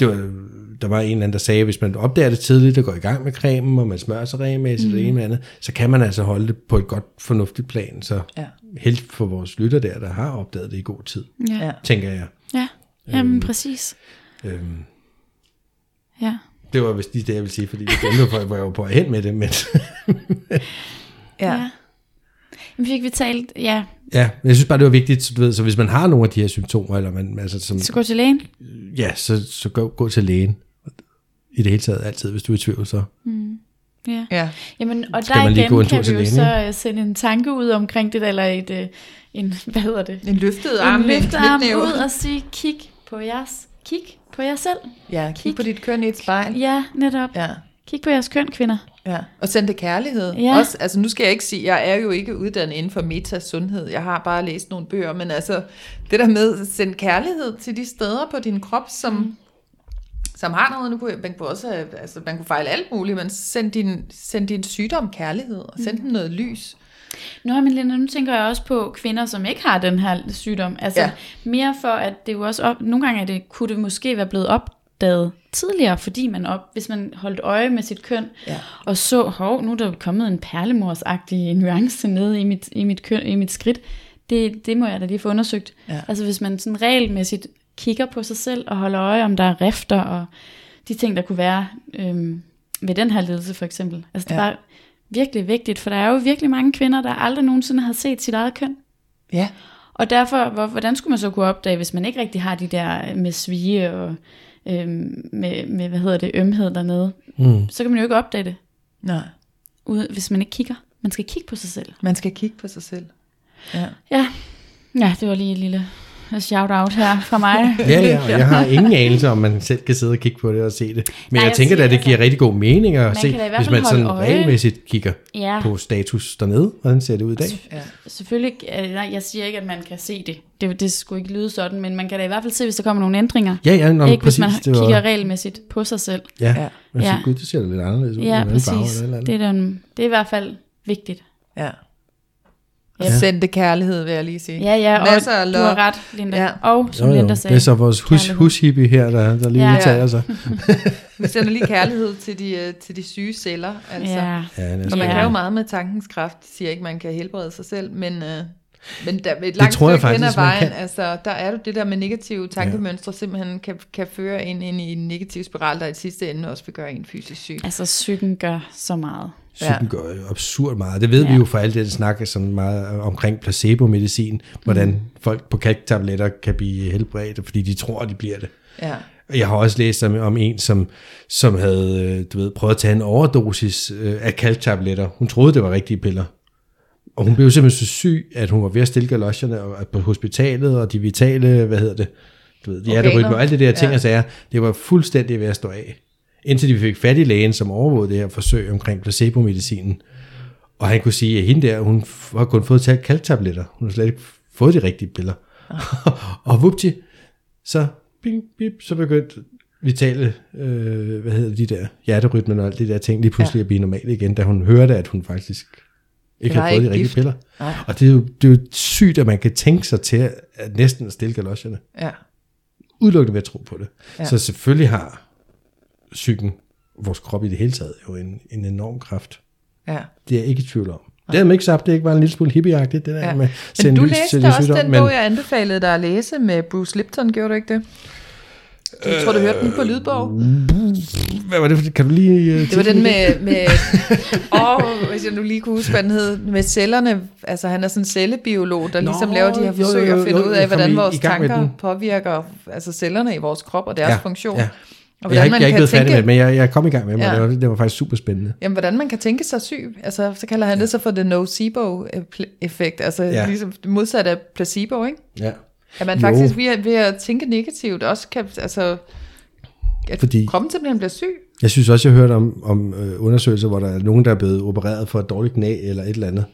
Speaker 2: det var, der var en eller anden, der sagde, at hvis man opdager det tidligt og går i gang med cremen, og man smører sig regelmæssigt mm. og det ene med andet, så kan man altså holde det på et godt, fornuftigt plan. Så
Speaker 3: Ja.
Speaker 2: helt for vores lytter der, der har opdaget det i god tid,
Speaker 4: ja,
Speaker 3: Ja.
Speaker 4: ja.
Speaker 2: tænker jeg.
Speaker 4: ja. Jamen, præcis.
Speaker 2: Øhm,
Speaker 4: Ja.
Speaker 2: det var vist lige det, jeg ville sige, fordi det glemte, hvor jeg var jo på vej hen med det. Men, (laughs)
Speaker 3: Ja.
Speaker 4: ja. Jamen, fik vi talt, ja,
Speaker 2: ja, men jeg synes bare, det var vigtigt, så, du ved, så hvis man har nogle af de her symptomer, eller man, altså, som,
Speaker 4: så gå til lægen.
Speaker 2: ja, så, så gå, gå til lægen. I det hele taget altid, hvis du er i tvivl, så
Speaker 4: Ja.
Speaker 3: ja.
Speaker 4: Jamen, og
Speaker 2: Skal
Speaker 4: der
Speaker 2: man lige
Speaker 4: igen
Speaker 2: gå en tur
Speaker 4: kan vi
Speaker 2: til
Speaker 4: jo
Speaker 2: lægen,
Speaker 4: så øh, sende en tanke ud omkring det, der, eller et, øh, en, hvad hedder det?
Speaker 3: En løftet arm, en
Speaker 4: En løftearm
Speaker 3: knytnæve.
Speaker 4: ud og sige, kig på jeres, kig på jer selv.
Speaker 3: Ja, kig på dit køn i et spejl.
Speaker 4: Ja, netop. Ja.
Speaker 3: Ja.
Speaker 4: Kig på jeres køn, kvinder.
Speaker 3: Ja, og sendte kærlighed.
Speaker 4: Ja.
Speaker 3: Også, altså nu skal jeg ikke sige, jeg er jo ikke uddannet inden for metasundhed. Jeg har bare læst nogle bøger, men altså det der med at sende kærlighed til de steder på din krop, som, mm. som har noget. Nu kunne, jeg- man kunne også have- altså, man kunne fejle alt muligt, men send din, send din sygdom kærlighed, og send mm. den noget lys.
Speaker 4: Nå, men Linda, nu tænker jeg også på kvinder, som ikke har den her sygdom. Altså
Speaker 3: Ja.
Speaker 4: ja. mere for, at det jo også op, nogle gange er det, kunne det måske være blevet opdaget tidligere, fordi man op, hvis man holdt øje med sit køn,
Speaker 3: Ja.
Speaker 4: og så, hov, nu er der kommet en perlemorsagtig nuance nede i mit, i mit, køn, i mit skridt. Det, det må jeg da lige få undersøgt.
Speaker 3: Ja.
Speaker 4: Altså hvis man sådan regelmæssigt kigger på sig selv og holder øje, om der er rifter og de ting, der kunne være øhm, ved den her ledelse for eksempel. Altså det
Speaker 3: Ja.
Speaker 4: ja. var virkelig vigtigt, for der er jo virkelig mange kvinder, der aldrig nogensinde har set sit eget køn.
Speaker 3: Ja.
Speaker 4: Og derfor, hvor, hvordan skulle man så kunne opdage, hvis man ikke rigtig har de der øh, med svige og øhm, med, med, hvad hedder det, ømhed dernede?
Speaker 2: Mm.
Speaker 4: Så kan man jo ikke opdage det
Speaker 3: Nej,
Speaker 4: ud, hvis man ikke kigger. Man skal kigge på sig selv.
Speaker 3: man skal kigge på sig selv. Ja.
Speaker 4: Ja, ja det var lige et lille shout-out her fra mig.
Speaker 2: Ja, ja, og jeg har ingen anelse om, man selv kan sidde og kigge på det og se det. Men
Speaker 4: Nej,
Speaker 2: Nej, jeg
Speaker 4: jeg
Speaker 2: tænker da,
Speaker 4: siger, altså,
Speaker 2: det giver rigtig god mening at se,
Speaker 4: kan da i hvert
Speaker 2: hvis
Speaker 4: fald
Speaker 2: man sådan
Speaker 4: holde øje.
Speaker 2: regelmæssigt kigger
Speaker 4: (laughs) ja,
Speaker 2: på status dernede. Hvordan ser det ud i dag?
Speaker 3: ja.
Speaker 4: selvfølgelig. øh, Nej, jeg siger ikke, at man kan se det. det. Det skulle ikke lyde sådan, men man kan da i hvert fald se, hvis der kommer nogle ændringer.
Speaker 2: Ja, ja, nå,
Speaker 4: ikke,
Speaker 2: præcis.
Speaker 4: hvis man
Speaker 2: det var,
Speaker 4: kigger regelmæssigt på sig selv.
Speaker 2: ja,
Speaker 3: Ja.
Speaker 2: man siger,
Speaker 4: Ja.
Speaker 2: gud, det ser da lidt anderledes ud.
Speaker 4: Ja,
Speaker 2: en anden farve
Speaker 4: præcis.
Speaker 2: eller et eller
Speaker 4: Det er, den, det er i hvert fald vigtigt.
Speaker 3: ja. Og
Speaker 4: Ja.
Speaker 3: sendte kærlighed, vil jeg lige sige.
Speaker 4: Ja, ja, og
Speaker 3: Masser af
Speaker 4: du har
Speaker 3: love.
Speaker 4: ret, Linda.
Speaker 3: Ja.
Speaker 4: Ja. Og som
Speaker 2: andet. Jo,
Speaker 4: Linda
Speaker 2: jo.
Speaker 4: sagde,
Speaker 2: Det er så vores hus,
Speaker 4: kærlighed.
Speaker 2: hushippie her, der, der lige
Speaker 4: Ja.
Speaker 2: udtaler sig.
Speaker 3: Vi sender lige kærlighed til de, øh, til de syge celler. Altså.
Speaker 4: Ja.
Speaker 2: Ja, det, er
Speaker 3: Og
Speaker 2: sgu-
Speaker 3: man
Speaker 4: Ja.
Speaker 3: kan jo meget med tankens kraft, siger ikke, man kan helbrede sig selv, men, øh, men der, et langt
Speaker 2: tror jeg
Speaker 3: stykke hen
Speaker 2: faktisk,
Speaker 3: ad
Speaker 2: man
Speaker 3: vejen,
Speaker 2: kan.
Speaker 3: altså, der er jo det der med negative tankemønstre, simpelthen kan, kan føre en ind i en negativ spiral, der i sidste ende også vil gøre en fysisk syg.
Speaker 4: Altså, psyken gør så meget.
Speaker 2: Psyken ja. gør jo absurd meget. Det ved ja. vi
Speaker 4: Ja.
Speaker 2: jo fra alt det, der snakker sådan altså, meget øh, omkring placebo-medicin, hvordan mm. folk på kalktabletter kan blive helbredt, fordi de tror, at de bliver det.
Speaker 3: Ja,
Speaker 2: Jeg har også læst om, om en, som, som havde øh, du ved, prøvet at tage en overdosis øh, af kalktabletter. Hun troede, det var rigtige piller. Og hun blev simpelthen så syg, at hun var ved at stille galosjerne og, og på hospitalet, og de vitale, hvad hedder det, du ved, de
Speaker 3: Organer.
Speaker 2: okay, og alt det der ting
Speaker 3: Ja.
Speaker 2: ja. og sager, det var fuldstændig ved at stå af. Indtil de fik fat i lægen, som overvågede det her forsøg omkring placebo-medicinen. Og han kunne sige, at hende der, hun f- har kun fået talt kalktabletter. Hun har slet ikke fået de rigtige piller. (laughs) og vupti, så, bing, bip, så begyndte vitale, øh, hvad hedder de der, hjerterytmen og alt det der ting, lige pludselig ja. at blive normal igen, da hun hørte, at hun faktisk ikke
Speaker 3: var
Speaker 2: havde fået
Speaker 3: ikke
Speaker 2: de rigtige
Speaker 3: gift.
Speaker 2: piller.
Speaker 3: Nej.
Speaker 2: Og det er, jo, det er jo sygt, at man kan tænke sig til at næsten at stille galosjerne.
Speaker 3: ja,
Speaker 2: Udelukkende ved at tro på det. Ja. Så selvfølgelig har psyken, vores krop i det hele taget, jo en, en enorm kraft.
Speaker 3: ja.
Speaker 2: Det er jeg ikke i tvivl om. Det er man ikke sagt, det ikke var en lille smule hippieagtigt, det der
Speaker 3: ja.
Speaker 2: med at
Speaker 3: Men
Speaker 2: sende
Speaker 3: du
Speaker 2: lys til
Speaker 3: læste
Speaker 2: det
Speaker 3: også
Speaker 2: sygdom.
Speaker 3: den bog, jeg anbefalede dig at læse med Bruce Lipton, gjorde du ikke det? Jeg tror, du hørte den på lydbog.
Speaker 2: Hvad var det? for- Kan du lige... øh,
Speaker 3: Det var
Speaker 2: titlen
Speaker 3: den med, med
Speaker 2: (laughs)
Speaker 3: åh, hvis jeg nu lige kunne huske, hvad den hed, med cellerne. Altså han er sådan en cellebiolog, der
Speaker 2: Nå,
Speaker 3: ligesom laver de her
Speaker 2: jo,
Speaker 3: forsøg
Speaker 2: jo,
Speaker 3: at finde
Speaker 2: jo,
Speaker 3: ud
Speaker 2: jeg
Speaker 3: af,
Speaker 2: kom
Speaker 3: hvordan
Speaker 2: i-
Speaker 3: vores
Speaker 2: i gang med
Speaker 3: tanker
Speaker 2: den.
Speaker 3: påvirker altså cellerne i vores krop og deres
Speaker 2: Ja,
Speaker 3: funktion.
Speaker 2: ja.
Speaker 3: Og
Speaker 2: jeg har
Speaker 3: hvordan
Speaker 2: ikke,
Speaker 3: man
Speaker 2: jeg er ikke
Speaker 3: kan
Speaker 2: blevet færdig
Speaker 3: tænke,
Speaker 2: med det, men jeg, jeg kom i gang med mig,
Speaker 3: Ja.
Speaker 2: ja. det, var, det var faktisk super spændende.
Speaker 3: Jamen, hvordan man kan tænke sig syg, altså så kalder han det så for the nocebo-effekt, altså ja.
Speaker 2: Ja.
Speaker 3: ligesom modsat af placebo, ikke?
Speaker 2: Ja.
Speaker 3: At man
Speaker 2: Jo.
Speaker 3: faktisk ved at, ved at tænke negativt også kan, altså, at Fordi...
Speaker 2: Fordi-
Speaker 3: kroppen simpelthen bliver syg.
Speaker 2: Jeg synes også, jeg hørte om, om øh, undersøgelser, hvor der er nogen, der er blevet opereret for et dårligt knæ eller et eller andet.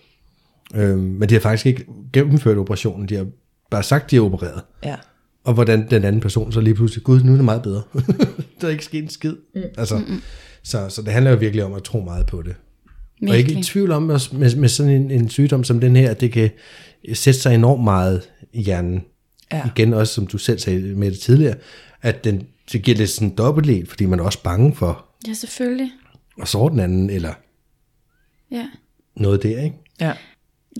Speaker 2: Øhm, men de har faktisk ikke gennemført operationen, de har bare sagt, de er opereret.
Speaker 3: Ja.
Speaker 2: Og hvordan den anden person så lige pludselig, gud, nu er det meget bedre. (laughs) der er ikke sket en skid. Mm. Altså, så, så det handler jo virkelig om at tro meget på det. Og ikke i
Speaker 4: Virkelig.
Speaker 2: tvivl om, at med, med sådan en, en sygdom som den her, at det kan sætte sig enormt meget i hjernen.
Speaker 3: Ja.
Speaker 2: Igen også, som du selv sagde med det tidligere, at den, det giver lidt sådan en dobbeltdel, fordi man er også bange for
Speaker 4: Ja, selvfølgelig.
Speaker 2: at såre den anden, eller
Speaker 4: Ja.
Speaker 2: noget der, ikke?
Speaker 3: Ja.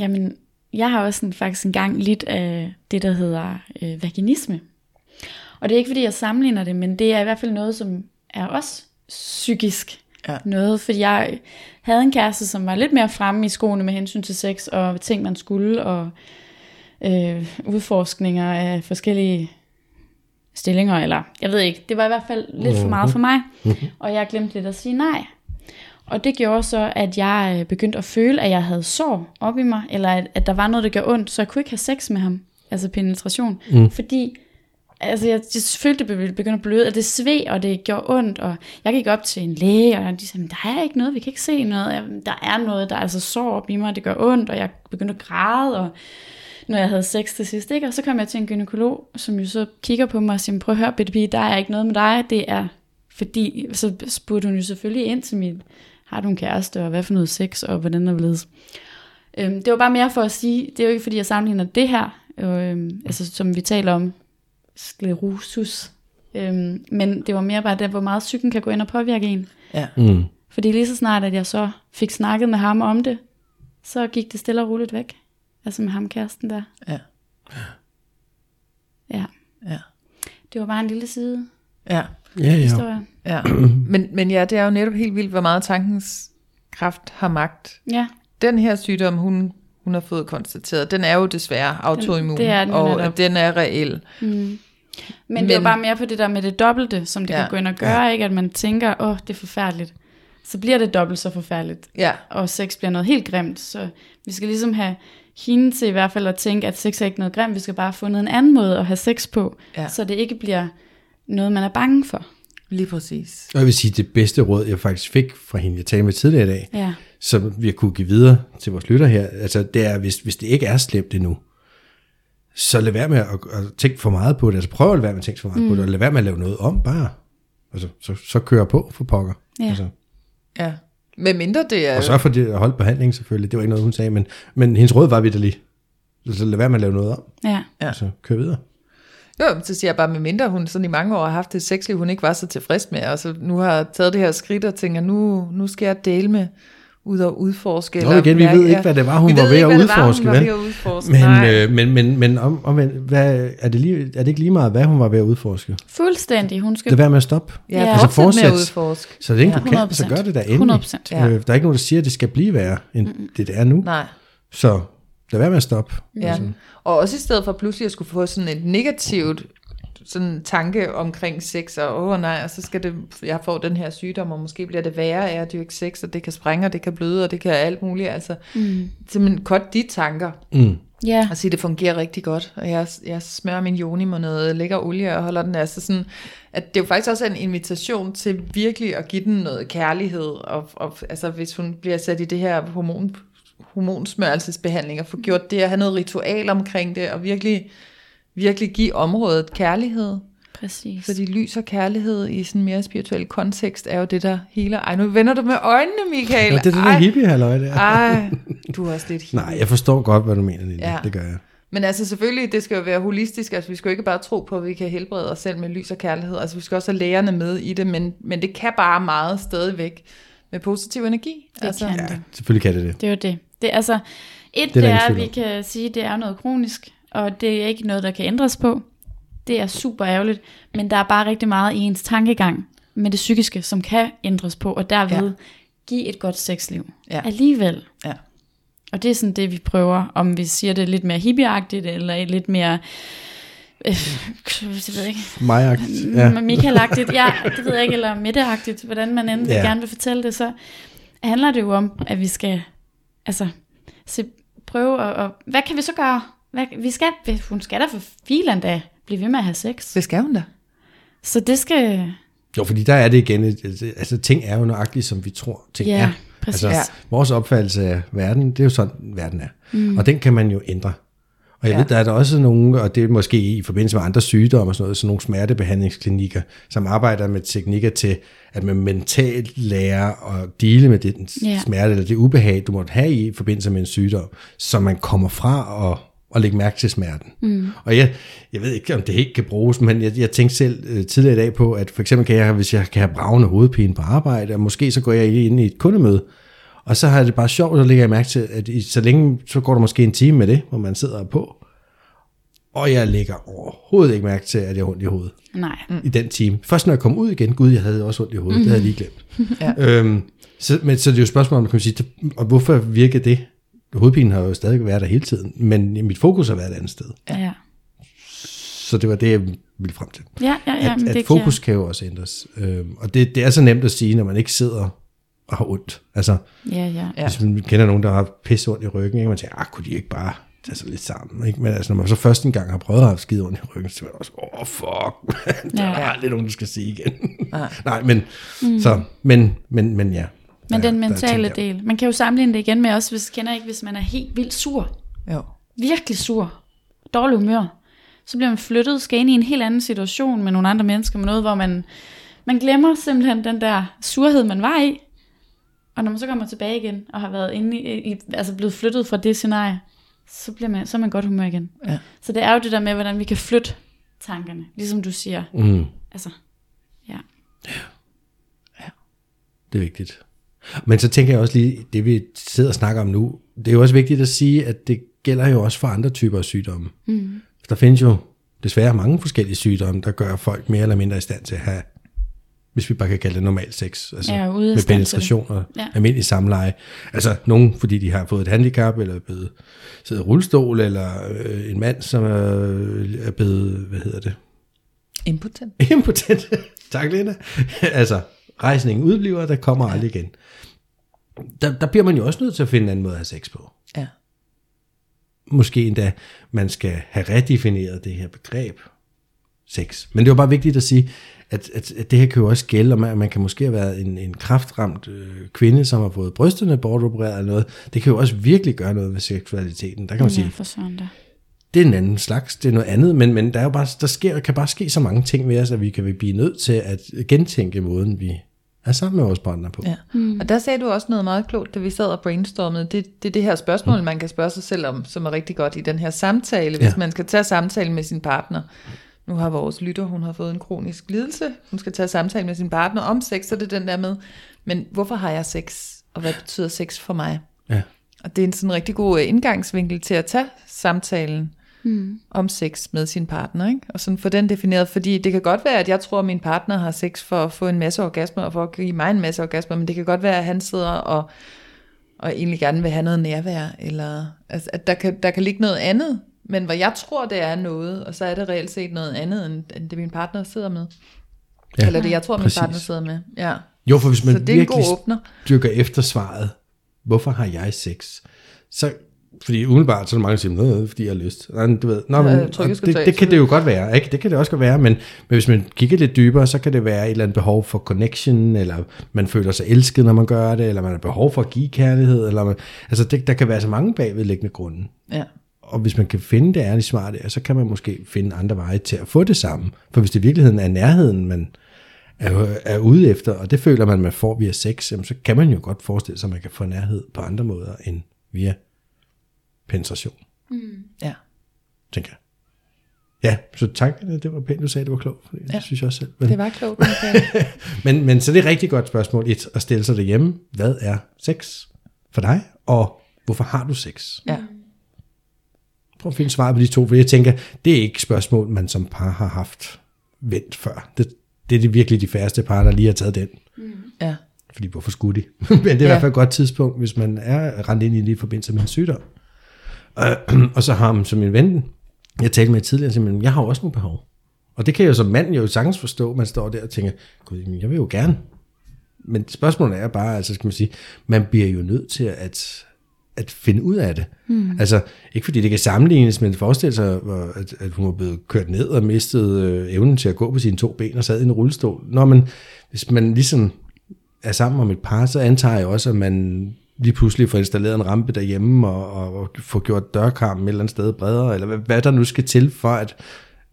Speaker 4: Jamen, jeg har også sådan, faktisk engang lidt af det, der hedder øh, vaginisme. Og det er ikke, fordi jeg sammenligner det, men det er i hvert fald noget, som er også psykisk
Speaker 3: Ja.
Speaker 4: noget. Fordi jeg havde en kæreste, som var lidt mere fremme i skoene med hensyn til sex og ting, man skulle, og øh, udforskninger af forskellige stillinger, eller jeg ved ikke. Det var i hvert fald lidt for meget for mig, og jeg glemte lidt at sige nej. Og det gjorde så, at jeg øh, begyndte at føle, at jeg havde sår op i mig, eller at, at der var noget, der gjorde ondt, så jeg kunne ikke have sex med ham, altså penetration, mm. fordi altså jeg, jeg følte, det be- begyndte at bløde, og det sved, og det gjorde ondt, og jeg gik op til en læge, og de sagde, "Men der er ikke noget, vi kan ikke se noget, Jeg- der er noget, der er altså sår op i mig, og det gør ondt, og jeg begyndte at græde, og når jeg havde sex til sidst, ikke? og så kom jeg til en gynekolog, som jo så kigger på mig og siger, prøv at høre, bitte pige, der er ikke noget med dig, det er fordi, så spurgte hun jo selvfølgelig ind til min, har du en kæreste, og hvad for noget sex, og hvordan der blevet. Øhm, det var bare mere for at sige, det er jo ikke fordi, jeg sammenligner det her, øhm, altså som vi taler om, sklerosus, øhm, men det var mere bare det, hvor meget psyken kan gå ind og påvirke en.
Speaker 3: Ja.
Speaker 2: Mm.
Speaker 4: Fordi lige så snart, at jeg så fik snakket med ham om det, så gik det stille og roligt væk. Altså med ham kæresten der.
Speaker 3: Ja.
Speaker 4: Ja,
Speaker 3: Ja.
Speaker 4: det var bare en lille side
Speaker 3: Ja.
Speaker 2: Ja, ja.
Speaker 4: historie.
Speaker 3: Ja,
Speaker 2: (clears throat)
Speaker 3: men, men ja, det er jo netop helt vildt, hvor meget tankens kraft har magt.
Speaker 4: Ja,
Speaker 3: Den her sygdom, hun, hun har fået konstateret, den er jo desværre autoimmun,
Speaker 4: det er den jo
Speaker 3: og
Speaker 4: netop.
Speaker 3: den er reel.
Speaker 4: men, men det var
Speaker 3: Men-
Speaker 4: bare mere på det der med det dobbelte, som det
Speaker 3: Ja.
Speaker 4: kan gå ind og gøre, ikke? At man tænker, åh, oh, det er forfærdeligt. Så bliver det dobbelt så forfærdeligt.
Speaker 3: Ja,
Speaker 4: og sex bliver noget helt grimt. Så vi skal ligesom have hende til i hvert fald at tænke, at sex er ikke noget grimt, vi skal bare have fundet en anden måde at have sex på,
Speaker 3: Ja.
Speaker 4: ja. så det ikke bliver noget, man er bange for.
Speaker 3: lige præcis.
Speaker 2: Og jeg vil sige, det bedste råd, jeg faktisk fik fra hende, jeg talte med tidligere i dag,
Speaker 4: Ja,
Speaker 2: som vi har kunne give videre til vores lytter her, altså det er, hvis, hvis det ikke er slemt endnu, så lad være med at, at tænke for meget på det. Altså prøv at lade være med at tænke for meget mm. på det, og lad være med at lave noget om bare. Altså, så, så kører på for pokker.
Speaker 4: Ja.
Speaker 2: Altså,
Speaker 3: Ja. Med mindre det er...
Speaker 2: og så for det at holde behandlingen selvfølgelig, det var ikke noget, hun sagde, men, men hendes råd var vidderlig. Så lad være med at lave noget om,
Speaker 4: ja,
Speaker 3: Ja.
Speaker 2: ja. så kør videre.
Speaker 3: Jo, men så siger jeg bare, med mindre hun sådan i mange år har haft et sexliv, hun ikke var så tilfreds med, og så nu har taget det her skridt og tænker, nu, nu skal jeg dele med ud og udforske.
Speaker 2: Nå, igen, vi
Speaker 3: mærke-
Speaker 2: ved ikke, hvad det var, hun
Speaker 3: vi
Speaker 2: var
Speaker 3: ved
Speaker 2: ved
Speaker 3: ikke,
Speaker 2: at
Speaker 3: hvad det var, hun
Speaker 2: udforske,
Speaker 3: var
Speaker 2: vel?
Speaker 3: ved at udforske.
Speaker 2: Men,
Speaker 3: Nej.
Speaker 2: øh, men, men, men om, om, hvad, er, det lige, er det ikke lige meget, hvad hun var ved at udforske?
Speaker 4: fuldstændig. Hun
Speaker 2: Lad
Speaker 4: skal...
Speaker 2: være med at stoppe.
Speaker 3: ja,
Speaker 4: ja,
Speaker 3: altså
Speaker 2: altså
Speaker 3: fortsæt med at
Speaker 2: fortsæt.
Speaker 3: udforske.
Speaker 2: Så det ikke,
Speaker 3: Ja.
Speaker 2: du kan, så
Speaker 4: 100%.
Speaker 2: gør det der endelig.
Speaker 4: 100%.
Speaker 2: Øh, Der er ikke nogen, der siger, at det skal blive værre, end mm. det det er nu.
Speaker 3: Nej.
Speaker 2: Så lad være med at stoppe.
Speaker 3: Ja. Og også i stedet for pludselig at skulle få sådan et negativt sådan tanke omkring sex, og åh oh, nej, og så skal det, jeg får den her sygdom, og måske bliver det værre af at dyrke sex, og det kan sprænge, og det kan bløde, og det kan alt muligt, altså mm. simpelthen kort de tanker,
Speaker 4: Ja,
Speaker 3: og sige, det fungerer rigtig godt, og jeg, jeg smører min joni med noget lækker olie og holder den altså sådan, at det er jo faktisk også en invitation til virkelig at give den noget kærlighed, og, og altså hvis hun bliver sat i det her hormon, hormonsmørelsesbehandling, og få gjort det, og have noget ritual omkring det, og virkelig, virkelig give området kærlighed,
Speaker 4: præcis.
Speaker 3: fordi lys og kærlighed i sådan en mere spirituel kontekst, er jo det, der heler. Ej, nu vender du med øjnene, Michael.
Speaker 2: Ja, det er det der
Speaker 3: Ej,
Speaker 2: hippie halløj der.
Speaker 3: ej, du er også lidt hippie.
Speaker 2: (laughs) Nej, jeg forstår godt, hvad du mener, Lille.
Speaker 3: Ja.
Speaker 2: Ja. Det gør jeg.
Speaker 3: Men altså selvfølgelig, det skal jo være holistisk. Altså vi skal jo ikke bare tro på, at vi kan helbrede os selv med lys og kærlighed. Altså vi skal også have lægerne med i det, men, men det kan bare meget stadigvæk med positiv energi.
Speaker 4: Det
Speaker 3: altså,
Speaker 4: kan
Speaker 2: Ja,
Speaker 4: det.
Speaker 2: selvfølgelig kan det det.
Speaker 4: Det er jo det. det er altså,
Speaker 2: der
Speaker 4: et det, det
Speaker 2: ingen
Speaker 4: er, at
Speaker 2: tvivl
Speaker 4: vi
Speaker 2: om.
Speaker 4: kan sige, det er noget kronisk, og det er ikke noget, der kan ændres på. Det er super ærgerligt, men der er bare rigtig meget i ens tankegang med det psykiske, som kan ændres på, og derved
Speaker 3: Ja.
Speaker 4: ja. give et godt sexliv.
Speaker 3: Ja.
Speaker 4: Alligevel.
Speaker 3: Ja.
Speaker 4: Og det er sådan det, vi prøver, om vi siger det lidt mere hippieagtigt, eller lidt mere... Øh, jeg ved ikke,
Speaker 2: Mig
Speaker 4: ja.
Speaker 2: ja.
Speaker 4: Mm, Michael-agtigt, ja, det ved jeg ikke, eller Mette-agtigt, hvordan man end ja.
Speaker 2: Ja.
Speaker 4: gerne vil fortælle det, så handler det jo om, at vi skal altså, se, prøve at, og, hvad kan vi så gøre? Hvad, vi skal, hun skal da for filen da blive ved med at have sex.
Speaker 3: det skal hun da.
Speaker 4: Så det skal,
Speaker 2: Jo, fordi der er det igen. et- et- Altså, ting er jo nøjagtigt, som vi tror, ting
Speaker 4: Ja,
Speaker 2: er.
Speaker 4: præcis.
Speaker 2: Altså, vores opfattelse af verden, det er jo sådan, verden er. Mm. Og den kan man jo ændre. Og jeg
Speaker 3: Ja.
Speaker 2: ja. ved, der er der også nogle, og det er måske i forbindelse med andre sygdomme og sådan noget, sådan nogle smertebehandlingsklinikker, som arbejder med teknikker til, at man mentalt lærer at dele med den
Speaker 4: Ja.
Speaker 2: ja. smerte eller det ubehag, du måtte have i forbindelse med en sygdom, så man kommer fra at, at lægge mærke til smerten. Mm. Og jeg, jeg ved ikke, om det helt kan bruges, men jeg, jeg tænkte selv øh, tidligere i dag på, at for eksempel kan jeg, hvis jeg kan have bravende hovedpine på arbejde, og måske så går jeg ind i et kundemøde, og så har jeg det bare sjovt, at lægger jeg mærke til, at i, så længe, så går der måske en time med det, hvor man sidder på. Og jeg lægger overhovedet ikke mærke til, at jeg har ondt i hovedet
Speaker 4: nej,
Speaker 2: i den time. Først når jeg kom ud igen, gud, jeg havde også ondt i hovedet, mm. det havde jeg lige
Speaker 4: (laughs)
Speaker 2: glemt.
Speaker 3: Ja.
Speaker 2: øhm, så, men så er det er jo et spørgsmål, om man kan sige, det- og hvorfor virker det? Hovedpinen har jo stadig været der hele tiden, men mit fokus har været et andet sted.
Speaker 4: ja.
Speaker 2: Så det var det, jeg ville frem til.
Speaker 4: Ja, ja, ja, men
Speaker 2: at,
Speaker 4: det
Speaker 2: at fokus kan jo også ændres. Øhm, og det, det er så nemt at sige, når man ikke sidder og har ondt. Altså,
Speaker 4: kan, ja, ja.
Speaker 3: Ja.
Speaker 2: Ligesom, Ja. Hvis man kender nogen, der har pisse ondt i ryggen, ikke? man tænker, ah, kunne de ikke bare tage sig lidt sammen. Ikke? Men altså, når man så først en gang har prøvet at have skide ondt i ryggen, så er man også, åh oh, fuck, man, (laughs) der
Speaker 4: Ja.
Speaker 2: er aldrig nogen, der skal sige igen. (laughs) Nej, men, mm. så, men, men, men ja.
Speaker 4: Men
Speaker 2: Der-
Speaker 4: den
Speaker 2: der er ting
Speaker 4: mentale
Speaker 2: der.
Speaker 4: del. Man kan jo sammenligne det igen med også, hvis kender ikke, hvis man er helt vildt sur.
Speaker 3: Jo.
Speaker 4: Virkelig sur. Dårlig humør. Så bliver man flyttet, skal ind i en helt anden situation med nogle andre mennesker, med noget, hvor man, man glemmer simpelthen den der surhed, man var i. Og når man så kommer tilbage igen, og har været inde i, i altså blevet flyttet fra det scenarie, så, bliver man, så er man i godt humør igen.
Speaker 3: Ja.
Speaker 4: Så det er jo det der med, hvordan vi kan flytte tankerne, ligesom du siger.
Speaker 2: Mm.
Speaker 4: Altså, ja.
Speaker 2: Det er vigtigt. Men så tænker jeg også lige, det vi sidder og snakker om nu, det er jo også vigtigt at sige, at det gælder jo også for andre typer af sygdomme. Mm. Der findes jo desværre mange forskellige sygdomme, der gør folk mere eller mindre i stand til at have, hvis vi bare kan kalde det normal sex, altså
Speaker 4: Ja, ude af
Speaker 2: med
Speaker 4: stand til
Speaker 2: penetration og
Speaker 4: Ja.
Speaker 2: ja. almindelig samleje. Altså nogen, fordi de har fået et handicap, eller er blevet sidder i rullestol, eller øh, en mand, som er, er blevet, hvad hedder det,
Speaker 3: Impotent.
Speaker 2: impotent. (laughs) tak, Lena. altså, rejsningen udbliver, der kommer aldrig igen. Der, der bliver man jo også nødt til at finde en anden måde at have sex på.
Speaker 3: Ja.
Speaker 2: Måske endda, man skal have redefineret det her begreb sex. Men det var bare vigtigt at sige, at, at, at det her kan jo også gælde, og man, man kan måske have været en, en kraftramt øh, kvinde, som har fået brysterne bortopereret eller noget. Det kan jo også virkelig gøre noget ved seksualiteten. Der kan man sige,
Speaker 4: Ja, for søren da.
Speaker 2: det er en anden slags, det er noget andet, men, men der, er jo bare, der sker, kan bare ske så mange ting ved os, at vi kan blive nødt til at gentænke måden, vi er sammen med vores partner på.
Speaker 3: Ja. Mm. Og der sagde du også noget meget klogt, da vi sad og brainstormede. Det, det er det her spørgsmål, man kan spørge sig selv om, som er rigtig godt i den her samtale, hvis
Speaker 2: Mm. Ja.
Speaker 3: ja. man skal tage samtale med sin partner. Nu har vores lytter, hun har fået en kronisk lidelse. Hun skal tage samtale med sin partner om sex, og det er den der med, men hvorfor har jeg sex, og hvad betyder sex for mig?
Speaker 2: Ja.
Speaker 3: Og det er en sådan rigtig god øh, indgangsvinkel til at tage samtalen mm. om sex med sin partner, ikke? og sådan få den defineret, fordi det kan godt være, at jeg tror, at min partner har sex for at få en masse orgasmer, og for at give mig en masse orgasmer, men det kan godt være, at han sidder og, og egentlig gerne vil have noget nærvær, eller altså, at der kan, der kan ligge noget andet, men hvor jeg tror, det er noget, og så er det reelt set noget andet, end, end det min partner sidder med.
Speaker 2: Ja,
Speaker 3: Ja, eller det, jeg tror,
Speaker 2: præcis.
Speaker 3: min partner sidder med. Ja.
Speaker 2: Jo, for hvis man
Speaker 3: Så det er en
Speaker 2: virkelig
Speaker 3: god åbner.
Speaker 2: dykker efter svaret, hvorfor har jeg sex? Så, fordi umiddelbart så er der mange, der siger, noget, fordi jeg har lyst. Nej, men du ved, nå,
Speaker 3: Ja,
Speaker 2: men,
Speaker 3: jeg tror ikke, jeg
Speaker 2: og
Speaker 3: skulle
Speaker 2: det,
Speaker 3: tage
Speaker 2: det, kan
Speaker 3: til
Speaker 2: det jo godt være, ikke? Det kan det også godt være, men, men hvis man kigger lidt dybere, så kan det være et eller andet behov for connection, eller man føler sig elsket, når man gør det, eller man har behov for at give kærlighed, eller man, altså det, der kan være så mange bagvedliggende grunde.
Speaker 3: Ja.
Speaker 2: Og hvis man kan finde det ærligt smart, så kan man måske finde andre veje til at få det samme. For hvis det i virkeligheden er nærheden, man er, er ude efter, og det føler man, man får via sex, jamen, så kan man jo godt forestille sig, at man kan få nærhed på andre måder end via penetration,
Speaker 3: ja.
Speaker 2: tænker jeg. Ja, så tankerne, det var pænt, du sagde, det var klogt. Det ja. synes jeg også selv. Men,
Speaker 3: Det var klogt, Michael.
Speaker 2: men, men så det er et rigtig godt spørgsmål, et, at stille sig derhjemme. Hvad er sex for dig, og hvorfor har du sex?
Speaker 3: ja.
Speaker 2: Prøv at finde svaret på de to, for jeg tænker, det er ikke spørgsmål, man som par har haft vendt før. Det, det er det virkelig de færreste par, der lige har taget den.
Speaker 3: Ja.
Speaker 2: Fordi hvorfor skulle de? (laughs) Men det er ja. i
Speaker 3: Ja.
Speaker 2: hvert fald et godt tidspunkt, hvis man er rendt ind i det i forbindelse med en sygdom. Øh, (clears throat) Og, og så har man som en ven, jeg talte med tidligere, siger, men jeg har også nogle behov. Og det kan jeg jo som mand jo sagtens forstå, man står der og tænker, gud, jamen, jeg vil jo gerne. Men spørgsmålet er bare, altså skal man sige, man bliver jo nødt til at, at finde ud af det. Mm. Altså, ikke fordi det kan sammenlignes, men forestil sig, hvor- at, at hun var blevet kørt ned og mistet øh, evnen til at gå på sine to ben og sad i en rullestol. Nå, men hvis man ligesom er sammen om et par, så antager jeg også, at man lige pludselig får installeret en rampe derhjemme og, og, og får gjort dørkarmen et eller andet sted bredere, eller hvad, hvad der nu skal til for, at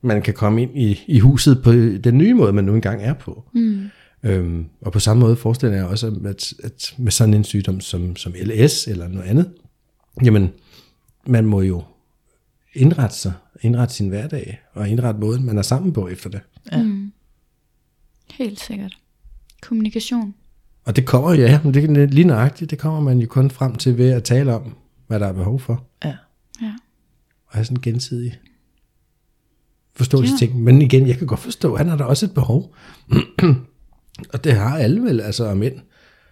Speaker 2: man kan komme ind i, i huset på den nye måde, man nu engang er på. Mm. Øhm, og på samme måde forestiller jeg også, at, at med sådan en sygdom som, som LS eller noget andet, jamen man må jo indrette sig, indrette sin hverdag og indrette måden, man er sammen på efter det.
Speaker 4: Helt sikkert. Kommunikation.
Speaker 2: Og det kommer, ja, men det er lige nøjagtigt, det kommer man jo kun frem til ved at tale om, hvad der er behov for.
Speaker 3: Ja.
Speaker 4: Ja.
Speaker 2: Og have sådan en gensidig forståelse ting. Men igen, jeg kan godt forstå, han har da også et behov. (clears throat) og det har alle vel, altså og mænd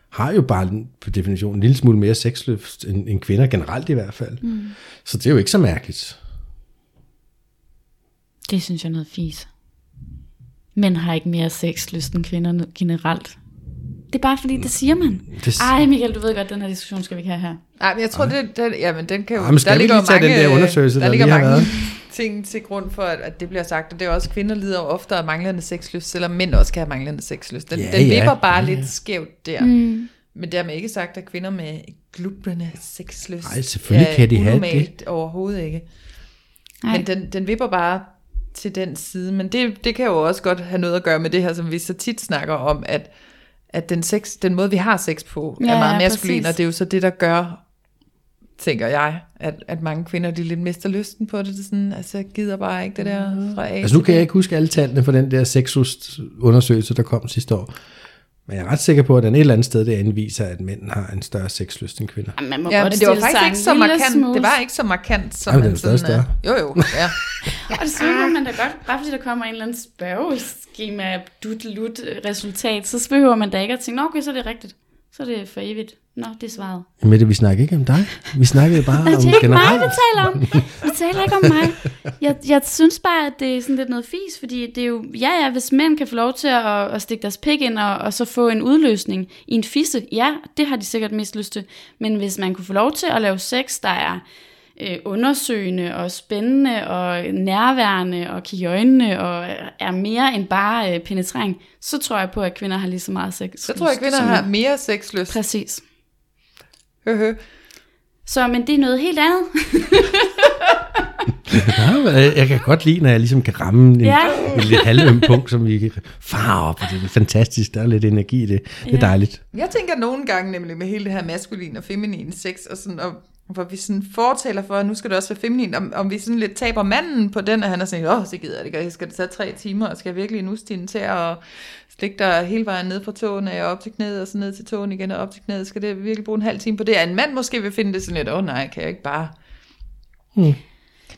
Speaker 2: har jo bare en- på definition en lille smule mere sexlyst end, end kvinder generelt i hvert fald. Mm. Så det er jo ikke så mærkeligt.
Speaker 4: Det synes jeg er noget fis. Mænd har ikke mere sexlyst end kvinder generelt. Det er bare fordi, det siger man.
Speaker 2: Det,
Speaker 4: Ej, Michael, du ved godt, den her diskussion skal vi ikke have her.
Speaker 3: Nej, men jeg tror, det, den, jamen, den kan jo...
Speaker 2: Ej, men skal
Speaker 3: der
Speaker 2: vi
Speaker 3: ligger
Speaker 2: lige
Speaker 3: jo
Speaker 2: tage den
Speaker 3: mange,
Speaker 2: der undersøgelse,
Speaker 3: der,
Speaker 2: der
Speaker 3: ligger
Speaker 2: lige har
Speaker 3: mange
Speaker 2: været?
Speaker 3: (laughs) ting til grund for, at, at det bliver sagt. Og det er også, kvinder lider jo oftere af manglende sexlyst, selvom mænd også kan have manglende sexlyst. Den,
Speaker 2: Ja,
Speaker 3: ja, den
Speaker 2: ja.
Speaker 3: vipper bare
Speaker 2: Ja,
Speaker 3: ja,
Speaker 2: ja.
Speaker 3: lidt skævt der. Mm. Men dermed ikke sagt, at kvinder med glubrende sexlyst
Speaker 2: Ej, selvfølgelig kan de have det.
Speaker 3: unormalt overhovedet ikke.
Speaker 4: Nej.
Speaker 3: Men den, den vipper bare til den side. Men det, det kan jo også godt have noget at gøre med det her, som vi så tit snakker om, at, at den, sex, den måde, vi har sex på, ja,
Speaker 4: Ja,
Speaker 3: er meget
Speaker 4: ja,
Speaker 3: maskulin,
Speaker 4: præcis.
Speaker 3: og det er jo så det, der gør, tænker jeg, at, at mange kvinder, de lidt mister lysten på det. det er sådan, altså, jeg gider bare ikke det
Speaker 4: Mhm.
Speaker 3: der fra A
Speaker 2: Altså nu
Speaker 3: til
Speaker 2: kan
Speaker 3: B.
Speaker 2: jeg ikke huske alle tallene fra den der sexundersøgelse, der kom sidste år. Men jeg er ret sikker på, at den et eller andet sted derinde viser, at mænd har en større sexlyst end kvinder.
Speaker 4: Jamen, man må
Speaker 3: Ja,
Speaker 4: godt
Speaker 3: men det var
Speaker 4: stille
Speaker 3: faktisk
Speaker 4: sig
Speaker 3: ikke
Speaker 4: en
Speaker 3: så
Speaker 4: lille
Speaker 3: markant.
Speaker 4: smule.
Speaker 3: Det var ikke så markant, som
Speaker 2: Ej, men den
Speaker 3: man
Speaker 2: er stadig
Speaker 3: sådan... øh, Jo, jo, ja.
Speaker 4: Og desvegen kan man da godt, bare fordi der kommer en eller anden spørgeskema, dut resultat, så behøver man da ikke at tænke, "Nå, okay, så er det rigtigt. Så er det for evigt. Nå, det er svaret.
Speaker 2: Mette, vi snakker ikke om dig. Vi snakkede
Speaker 4: (laughs)
Speaker 2: bare
Speaker 4: Og
Speaker 2: om
Speaker 4: Altså, det er ikke mig,
Speaker 2: generelt.
Speaker 4: vi taler om. Vi taler ikke om mig. Jeg, jeg synes bare, at det er sådan lidt noget fis, fordi det er jo, ja ja, hvis mænd kan få lov til at, at stikke deres pik ind og, og så få en udløsning i en fisse, ja, det har de sikkert mest lyst til. Men hvis man kunne få lov til at lave sex, der er øh, undersøgende og spændende og nærværende og kigge i øjnene og er mere end bare øh, penetrering, så tror jeg på, at kvinder har lige så meget sex.
Speaker 3: Så tror jeg, at kvinder har mere sexlyst.
Speaker 4: Præcis.
Speaker 3: Høhø.
Speaker 4: Så, men det er noget helt andet.
Speaker 2: Ja, men jeg- jeg kan godt lide, når jeg ligesom kan ramme en, ja.
Speaker 4: Ja.
Speaker 2: en lidt halvøm punkt, som vi kan far op. og Det er fantastisk, der er lidt energi i det. Det er
Speaker 4: Ja.
Speaker 2: dejligt.
Speaker 3: Jeg tænker nogle gange nemlig med hele det her maskulin og feminin sex, og sådan, og, hvor vi sådan fortaler for, at nu skal det også være feminin, om, om vi sådan lidt taber manden på den, og han er sådan, åh, så gider jeg det ikke, og skal det tage tre timer, og skal jeg virkelig nu stine til at slikke dig hele vejen ned fra tågen, og op til knæet, og så ned til tågen igen, og op til knæet, skal det virkelig bruge en halv time på det, og en mand måske vil finde det sådan lidt, åh nej, kan jeg ikke bare...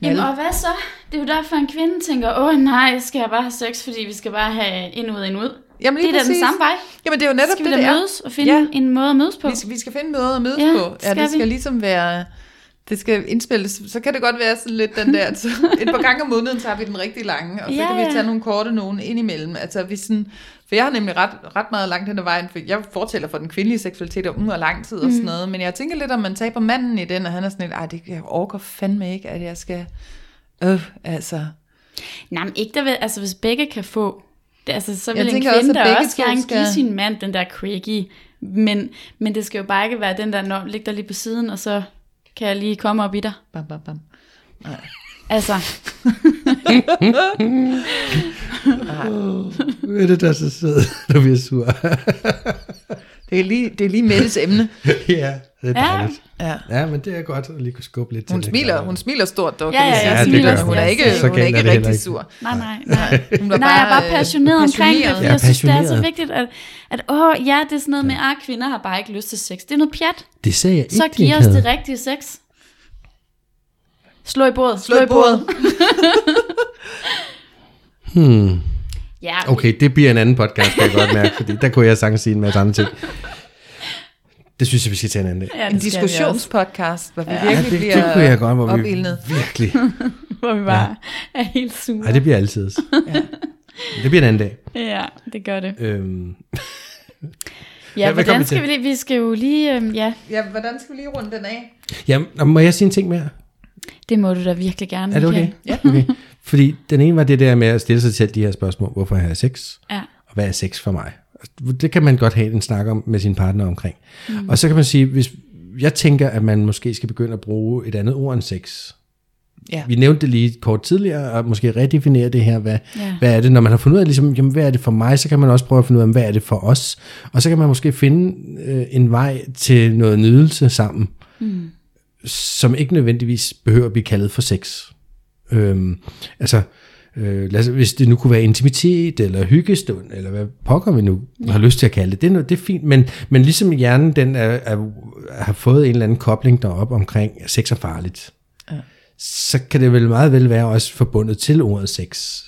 Speaker 4: Jamen, og hvad så? Det er jo derfor, en kvinde tænker, åh nej, skal jeg bare have sex, fordi vi skal bare have ind ud, ind ud.
Speaker 3: Jamen, lige
Speaker 4: det er da den
Speaker 3: præcis.
Speaker 4: samme vej.
Speaker 3: Jamen det er jo netop
Speaker 4: skal
Speaker 3: det,
Speaker 4: vi
Speaker 3: det
Speaker 4: da
Speaker 3: er.
Speaker 4: mødes og finde
Speaker 3: Ja.
Speaker 4: ja. en måde at mødes på?
Speaker 3: Vi skal, vi skal finde noget at mødes
Speaker 4: Ja,
Speaker 3: på. Ja,
Speaker 4: skal
Speaker 3: det
Speaker 4: vi.
Speaker 3: skal ligesom være... Det skal indspilles. Så kan det godt være sådan lidt den
Speaker 4: (laughs)
Speaker 3: der... Så et par gange om måneden tager vi den rigtig lange, og så
Speaker 4: Ja,
Speaker 3: kan vi
Speaker 4: ja.
Speaker 3: tage nogle korte nogen indimellem. Altså, vi sådan, for jeg har nemlig ret, ret meget langt hen ad vejen, for jeg fortæller for den kvindelige seksualitet om og lang tid
Speaker 4: Mm.
Speaker 3: og sådan noget, men jeg tænker lidt, om man taber manden i den, og han er sådan lidt, ej, det, jeg orker fandme ikke, at jeg skal... Øh, altså...
Speaker 4: Nej, men ikke der vil, altså hvis begge kan få, det, altså, så vil
Speaker 3: Jeg
Speaker 4: en
Speaker 3: tænker
Speaker 4: kvinde
Speaker 3: også,
Speaker 4: også,
Speaker 3: at
Speaker 4: der
Speaker 3: begge
Speaker 4: også
Speaker 3: to
Speaker 4: gerne
Speaker 3: skal-
Speaker 4: skal... give sin mand den der quickie, men, men det skal jo bare ikke være den der, når ligger der lige på siden, og så kan jeg lige komme op i dig.
Speaker 3: Bam, bam, bam.
Speaker 4: Altså,
Speaker 2: Det er det, der er så sød, (laughs) når vi er sur.
Speaker 3: (laughs) Det er lige, det er lige Mettes emne.
Speaker 2: ja, (laughs) det er
Speaker 4: Ja.
Speaker 2: dejligt.
Speaker 3: Ja.
Speaker 2: Ja, men det er godt at lige kunne skubbe lidt
Speaker 3: Hun
Speaker 2: til
Speaker 3: smiler,
Speaker 2: det.
Speaker 3: hun smiler stort dog,
Speaker 4: Ja,
Speaker 3: kan vi
Speaker 4: ja,
Speaker 3: sige.
Speaker 4: ja,
Speaker 2: det
Speaker 4: smiler
Speaker 2: gør
Speaker 3: Hun er
Speaker 4: stort.
Speaker 3: ikke,
Speaker 2: Så
Speaker 3: hun
Speaker 2: galt
Speaker 3: er
Speaker 2: er
Speaker 3: ikke
Speaker 2: det heller
Speaker 3: rigtig
Speaker 2: ikke.
Speaker 3: sur.
Speaker 4: nej, nej, nej.
Speaker 3: (laughs) Hun var
Speaker 4: Nej, jeg er bare
Speaker 3: øh,
Speaker 4: passioneret omkring det, fordi
Speaker 2: Ja,
Speaker 4: jeg synes, det er så
Speaker 2: passioneret.
Speaker 4: vigtigt, at, at åh, ja, det er sådan noget med, at kvinder har bare ikke lyst til sex. Det er noget pjat.
Speaker 2: Det sagde jeg ikke,
Speaker 4: Så giv
Speaker 2: jeg
Speaker 4: os
Speaker 2: havde.
Speaker 4: det rigtige sex. Slå i bordet, slå,
Speaker 3: Slå i bordet.
Speaker 4: Ja,
Speaker 2: Okay, det bliver en anden podcast, kan jeg godt mærke, fordi der kunne jeg sagtens sige en masse
Speaker 3: (laughs)
Speaker 2: andre ting. Det synes jeg, vi skal tage en anden dag.
Speaker 4: ja,
Speaker 3: En
Speaker 4: det skal vi også.
Speaker 3: diskussionspodcast, hvor vi virkelig
Speaker 2: det,
Speaker 3: bliver
Speaker 2: det kunne jeg godt, hvor vi
Speaker 3: opildnet.
Speaker 2: virkelig...
Speaker 4: hvor vi bare ja. er helt sure.
Speaker 2: Nej, det bliver altid. Det bliver en anden dag.
Speaker 4: Ja, det gør det.
Speaker 2: Øhm,
Speaker 4: Ja,
Speaker 2: hvad
Speaker 4: ja
Speaker 2: kom vi
Speaker 4: hvordan
Speaker 2: til?
Speaker 4: skal vi lige, vi skal jo lige, øhm, ja,
Speaker 3: Ja, hvordan skal vi lige runde den af?
Speaker 2: jamen, nå, må jeg sige en ting mere?
Speaker 4: det må du da virkelig gerne.
Speaker 2: Er det okay?
Speaker 4: Michael.
Speaker 2: Ja. (laughs) okay. Fordi den ene var det der med at stille sig selv de her spørgsmål. Hvorfor har jeg sex?
Speaker 4: Ja.
Speaker 2: Og hvad er sex for mig? Det kan man godt have en snak om med sin partner omkring. Mm. Og så kan man sige, hvis jeg tænker, at man måske skal begynde at bruge et andet ord end sex.
Speaker 3: Ja.
Speaker 2: Vi nævnte det lige kort tidligere, og måske redefinere det her, hvad,
Speaker 4: Ja.
Speaker 2: hvad er det, når man har fundet ud af, ligesom, jamen, hvad er det for mig, så kan man også prøve at finde ud af, hvad er det for os, og så kan man måske finde øh, en vej til noget nydelse sammen, mm. som ikke nødvendigvis behøver at blive kaldet for sex. Øhm, altså, øh, lad os, hvis det nu kunne være intimitet, eller hyggestund, eller hvad pokker vi nu ja. har lyst til at kalde det, det er, noget, det er fint, men, men ligesom hjernen den er, er, har fået en eller anden kobling derop omkring, at sex er farligt, så kan det vel meget vel være også forbundet til ordet sex.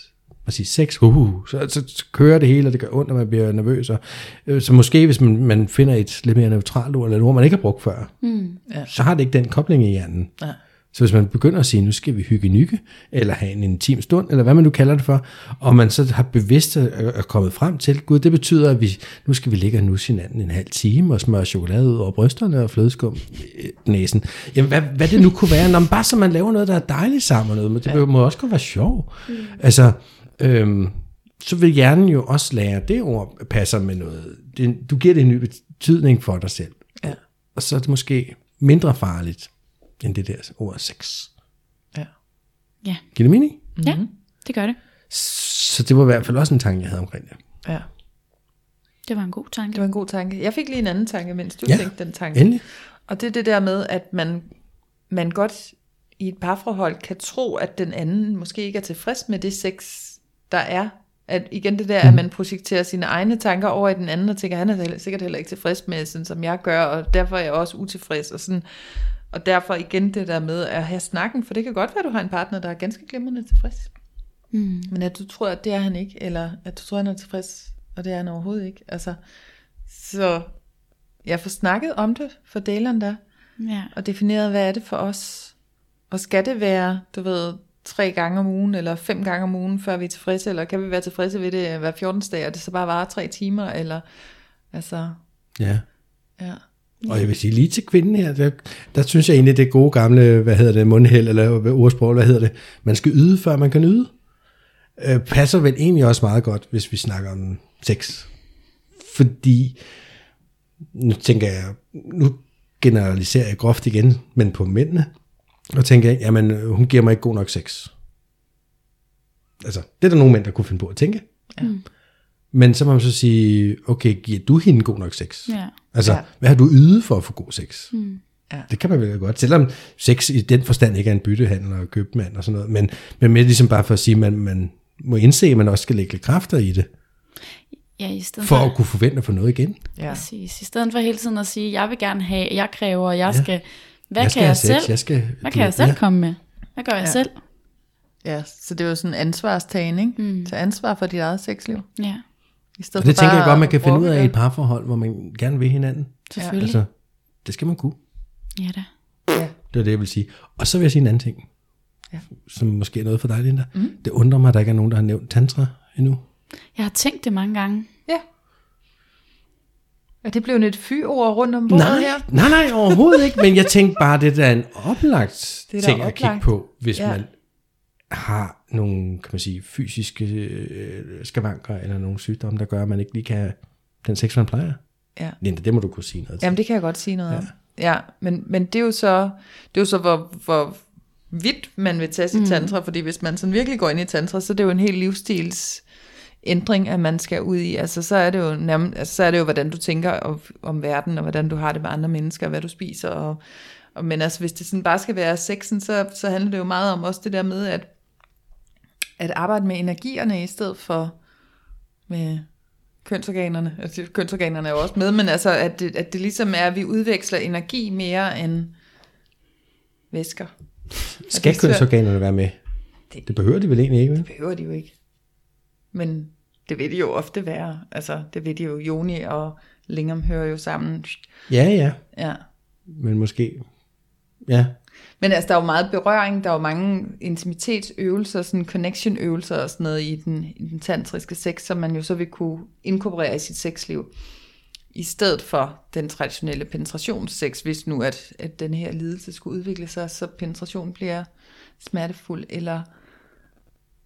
Speaker 2: Man siger sex, uh, uh, så, så, så kører det hele, og det gør ondt, og man bliver nervøs. Og, øh, så måske hvis man, man finder et lidt mere neutralt ord, eller et ord, man ikke har brugt før, mm. så har det ikke den kobling i hjernen.
Speaker 3: Nej.
Speaker 2: Så hvis man begynder at sige, nu skal vi hygge nykke, eller have en intim stund, eller hvad man nu kalder det for, og man så har bevidst er- er kommet frem til, gud, det betyder, at vi, nu skal vi ligge og nusse hinanden en halv time, og smøre chokolade ud over brysterne og flødeskum øh, næsen. Jamen, hvad, hvad det nu kunne være? Nå, men bare så man laver noget, der er dejligt sammen, og noget, men det ja. må også kunne være sjov. Mm. Altså, øhm, så vil hjernen jo også lære, at det ord passer med noget. Det, du giver det en ny betydning for dig selv.
Speaker 3: Ja.
Speaker 2: Og så er det måske mindre farligt, end det der ord sex.
Speaker 3: Ja.
Speaker 4: Ja.
Speaker 2: Giver det mening?
Speaker 4: Mm-hmm. ja, det gør det.
Speaker 2: Så det var i hvert fald også en tanke, jeg havde omkring det.
Speaker 3: ja.
Speaker 4: Det var en god tanke.
Speaker 3: Det var en god tanke. Jeg fik lige en anden tanke, mens du
Speaker 2: Ja,
Speaker 3: ja. tænkte den tanke.
Speaker 2: Endelig.
Speaker 3: Og det er det der med, at man, man godt i et parforhold kan tro, at den anden måske ikke er tilfreds med det sex, der er. At igen det der, at man projekterer sine egne tanker over i den anden, og tænker, han er heller- sikkert heller ikke tilfreds med, sådan som jeg gør, og derfor er jeg også utilfreds. Og, sådan. og derfor igen det der med at have snakken, for det kan godt være, at du har en partner, der er ganske glimrende tilfreds.
Speaker 4: Mm.
Speaker 3: Men at du tror, at det er han ikke, eller at du tror, han er tilfreds, og det er han overhovedet ikke. Altså, så jeg får snakket om det for deleren der,
Speaker 4: Ja.
Speaker 3: og defineret, hvad er det for os? Og skal det være, du ved, tre gange om ugen, eller fem gange om ugen, før vi er tilfredse, eller kan vi være tilfredse ved det hver 14. dag, og det så bare varer tre timer, eller, altså,
Speaker 2: Ja.
Speaker 3: ja.
Speaker 2: Og jeg vil sige lige til kvinden her, der, der synes jeg egentlig, det gode gamle, hvad hedder det, mundhæld eller ordsprog, hvad hedder det, man skal yde, før man kan yde, øh, passer vel egentlig også meget godt, hvis vi snakker om sex. Fordi, nu tænker jeg, nu generaliserer jeg groft igen, men på mændene, og tænker jeg, jamen øh, hun giver mig ikke god nok sex. Altså, det er der nogle mænd, der kunne finde på at tænke.
Speaker 3: Ja.
Speaker 2: Men så må man så sige, okay, giver du hende god nok sex?
Speaker 4: Ja.
Speaker 2: Altså, ja.
Speaker 3: Ja.
Speaker 2: hvad har du ydet for at få god sex? Mm.
Speaker 3: Ja.
Speaker 2: Det kan man vel godt, selvom sex i den forstand ikke er en byttehandel og købmand og sådan noget, men, men mere ligesom bare for at sige, at man, man må indse, at man også skal lægge lidt kræfter i det,
Speaker 4: ja, i stedet
Speaker 2: for at kunne forvente at få noget igen.
Speaker 3: ja.
Speaker 4: Præcis. I stedet for hele tiden at sige, jeg vil gerne have, jeg kræver, jeg ja. skal, hvad
Speaker 2: Jeg
Speaker 4: jeg
Speaker 2: skal
Speaker 4: kan jeg
Speaker 2: have sex,
Speaker 4: selv?
Speaker 2: jeg skal-
Speaker 4: hvad kan jeg
Speaker 2: Ja.
Speaker 4: selv komme med? Hvad gør jeg
Speaker 3: Ja.
Speaker 4: selv?
Speaker 3: Ja, så det er jo sådan ansvarstagen, ikke? Mm. Tag ansvar for dit eget sexliv.
Speaker 4: Ja,
Speaker 3: I stedet
Speaker 2: Og det
Speaker 3: for
Speaker 2: tænker jeg
Speaker 3: bare
Speaker 2: godt, man kan
Speaker 3: at
Speaker 2: finde ud
Speaker 3: brokke
Speaker 2: af i
Speaker 3: det.
Speaker 2: et parforhold, hvor man gerne vil hinanden.
Speaker 4: selvfølgelig. Ja,
Speaker 2: Altså, det skal man kunne.
Speaker 4: ja da.
Speaker 3: Ja.
Speaker 2: Det er det, jeg vil sige. Og så vil jeg sige en anden ting,
Speaker 3: Ja.
Speaker 2: som måske er noget for dig, Linda. Mm. Det undrer mig, at der ikke er nogen, der har nævnt tantra endnu.
Speaker 4: Jeg har tænkt det mange gange.
Speaker 3: Ja. Er det blevet et fyord rundt om bordet
Speaker 2: Nej,
Speaker 3: her?
Speaker 2: nej, nej, overhovedet ikke. Men jeg tænkte bare, det der er en oplagt
Speaker 3: Det er da
Speaker 2: ting at kigge
Speaker 3: oplagt.
Speaker 2: på, hvis ja.
Speaker 3: Ja.
Speaker 2: man har nogle kan man sige, fysiske øh, skavanker eller nogle sygdomme, der gør, at man ikke lige kan have den sex, man plejer.
Speaker 3: Ja.
Speaker 2: Linda, det må du kunne sige noget til.
Speaker 3: Jamen, det kan jeg godt sige noget ja. om. Ja, men, men det er jo så, det er jo så hvor, hvor vidt man vil tage sit mm. tantra, fordi hvis man sådan virkelig går ind i tantra, så er det jo en helt livsstils ændring, at man skal ud i. Altså, så er det jo, nærmest, altså, så er det jo hvordan du tænker om, om verden, og hvordan du har det med andre mennesker, og hvad du spiser. Og, og, men altså, hvis det sådan bare skal være sexen, så, så handler det jo meget om også det der med, at, at arbejde med energierne i stedet for med kønsorganerne. Altså, kønsorganerne er jo også med, men altså, at det, at det ligesom er, at vi udveksler energi mere end væsker.
Speaker 2: Skal
Speaker 3: det er svært.
Speaker 2: kønsorganerne være med? Det, det behøver de vel egentlig ikke, vel?
Speaker 3: Det behøver de jo ikke. Men det vil de jo ofte være. Altså, det vil de jo. Joni og Lingam hører jo sammen.
Speaker 2: Ja, ja,
Speaker 3: Ja.
Speaker 2: men måske. Ja,
Speaker 3: Men altså, der er jo meget berøring, der er jo mange intimitetsøvelser, sådan connection-øvelser og sådan noget i den, i den tantriske sex, som man jo så vil kunne inkorporere i sit sexliv, i stedet for den traditionelle penetrationssex, hvis nu at, at den her lidelse skulle udvikle sig, så penetration bliver smertefuld eller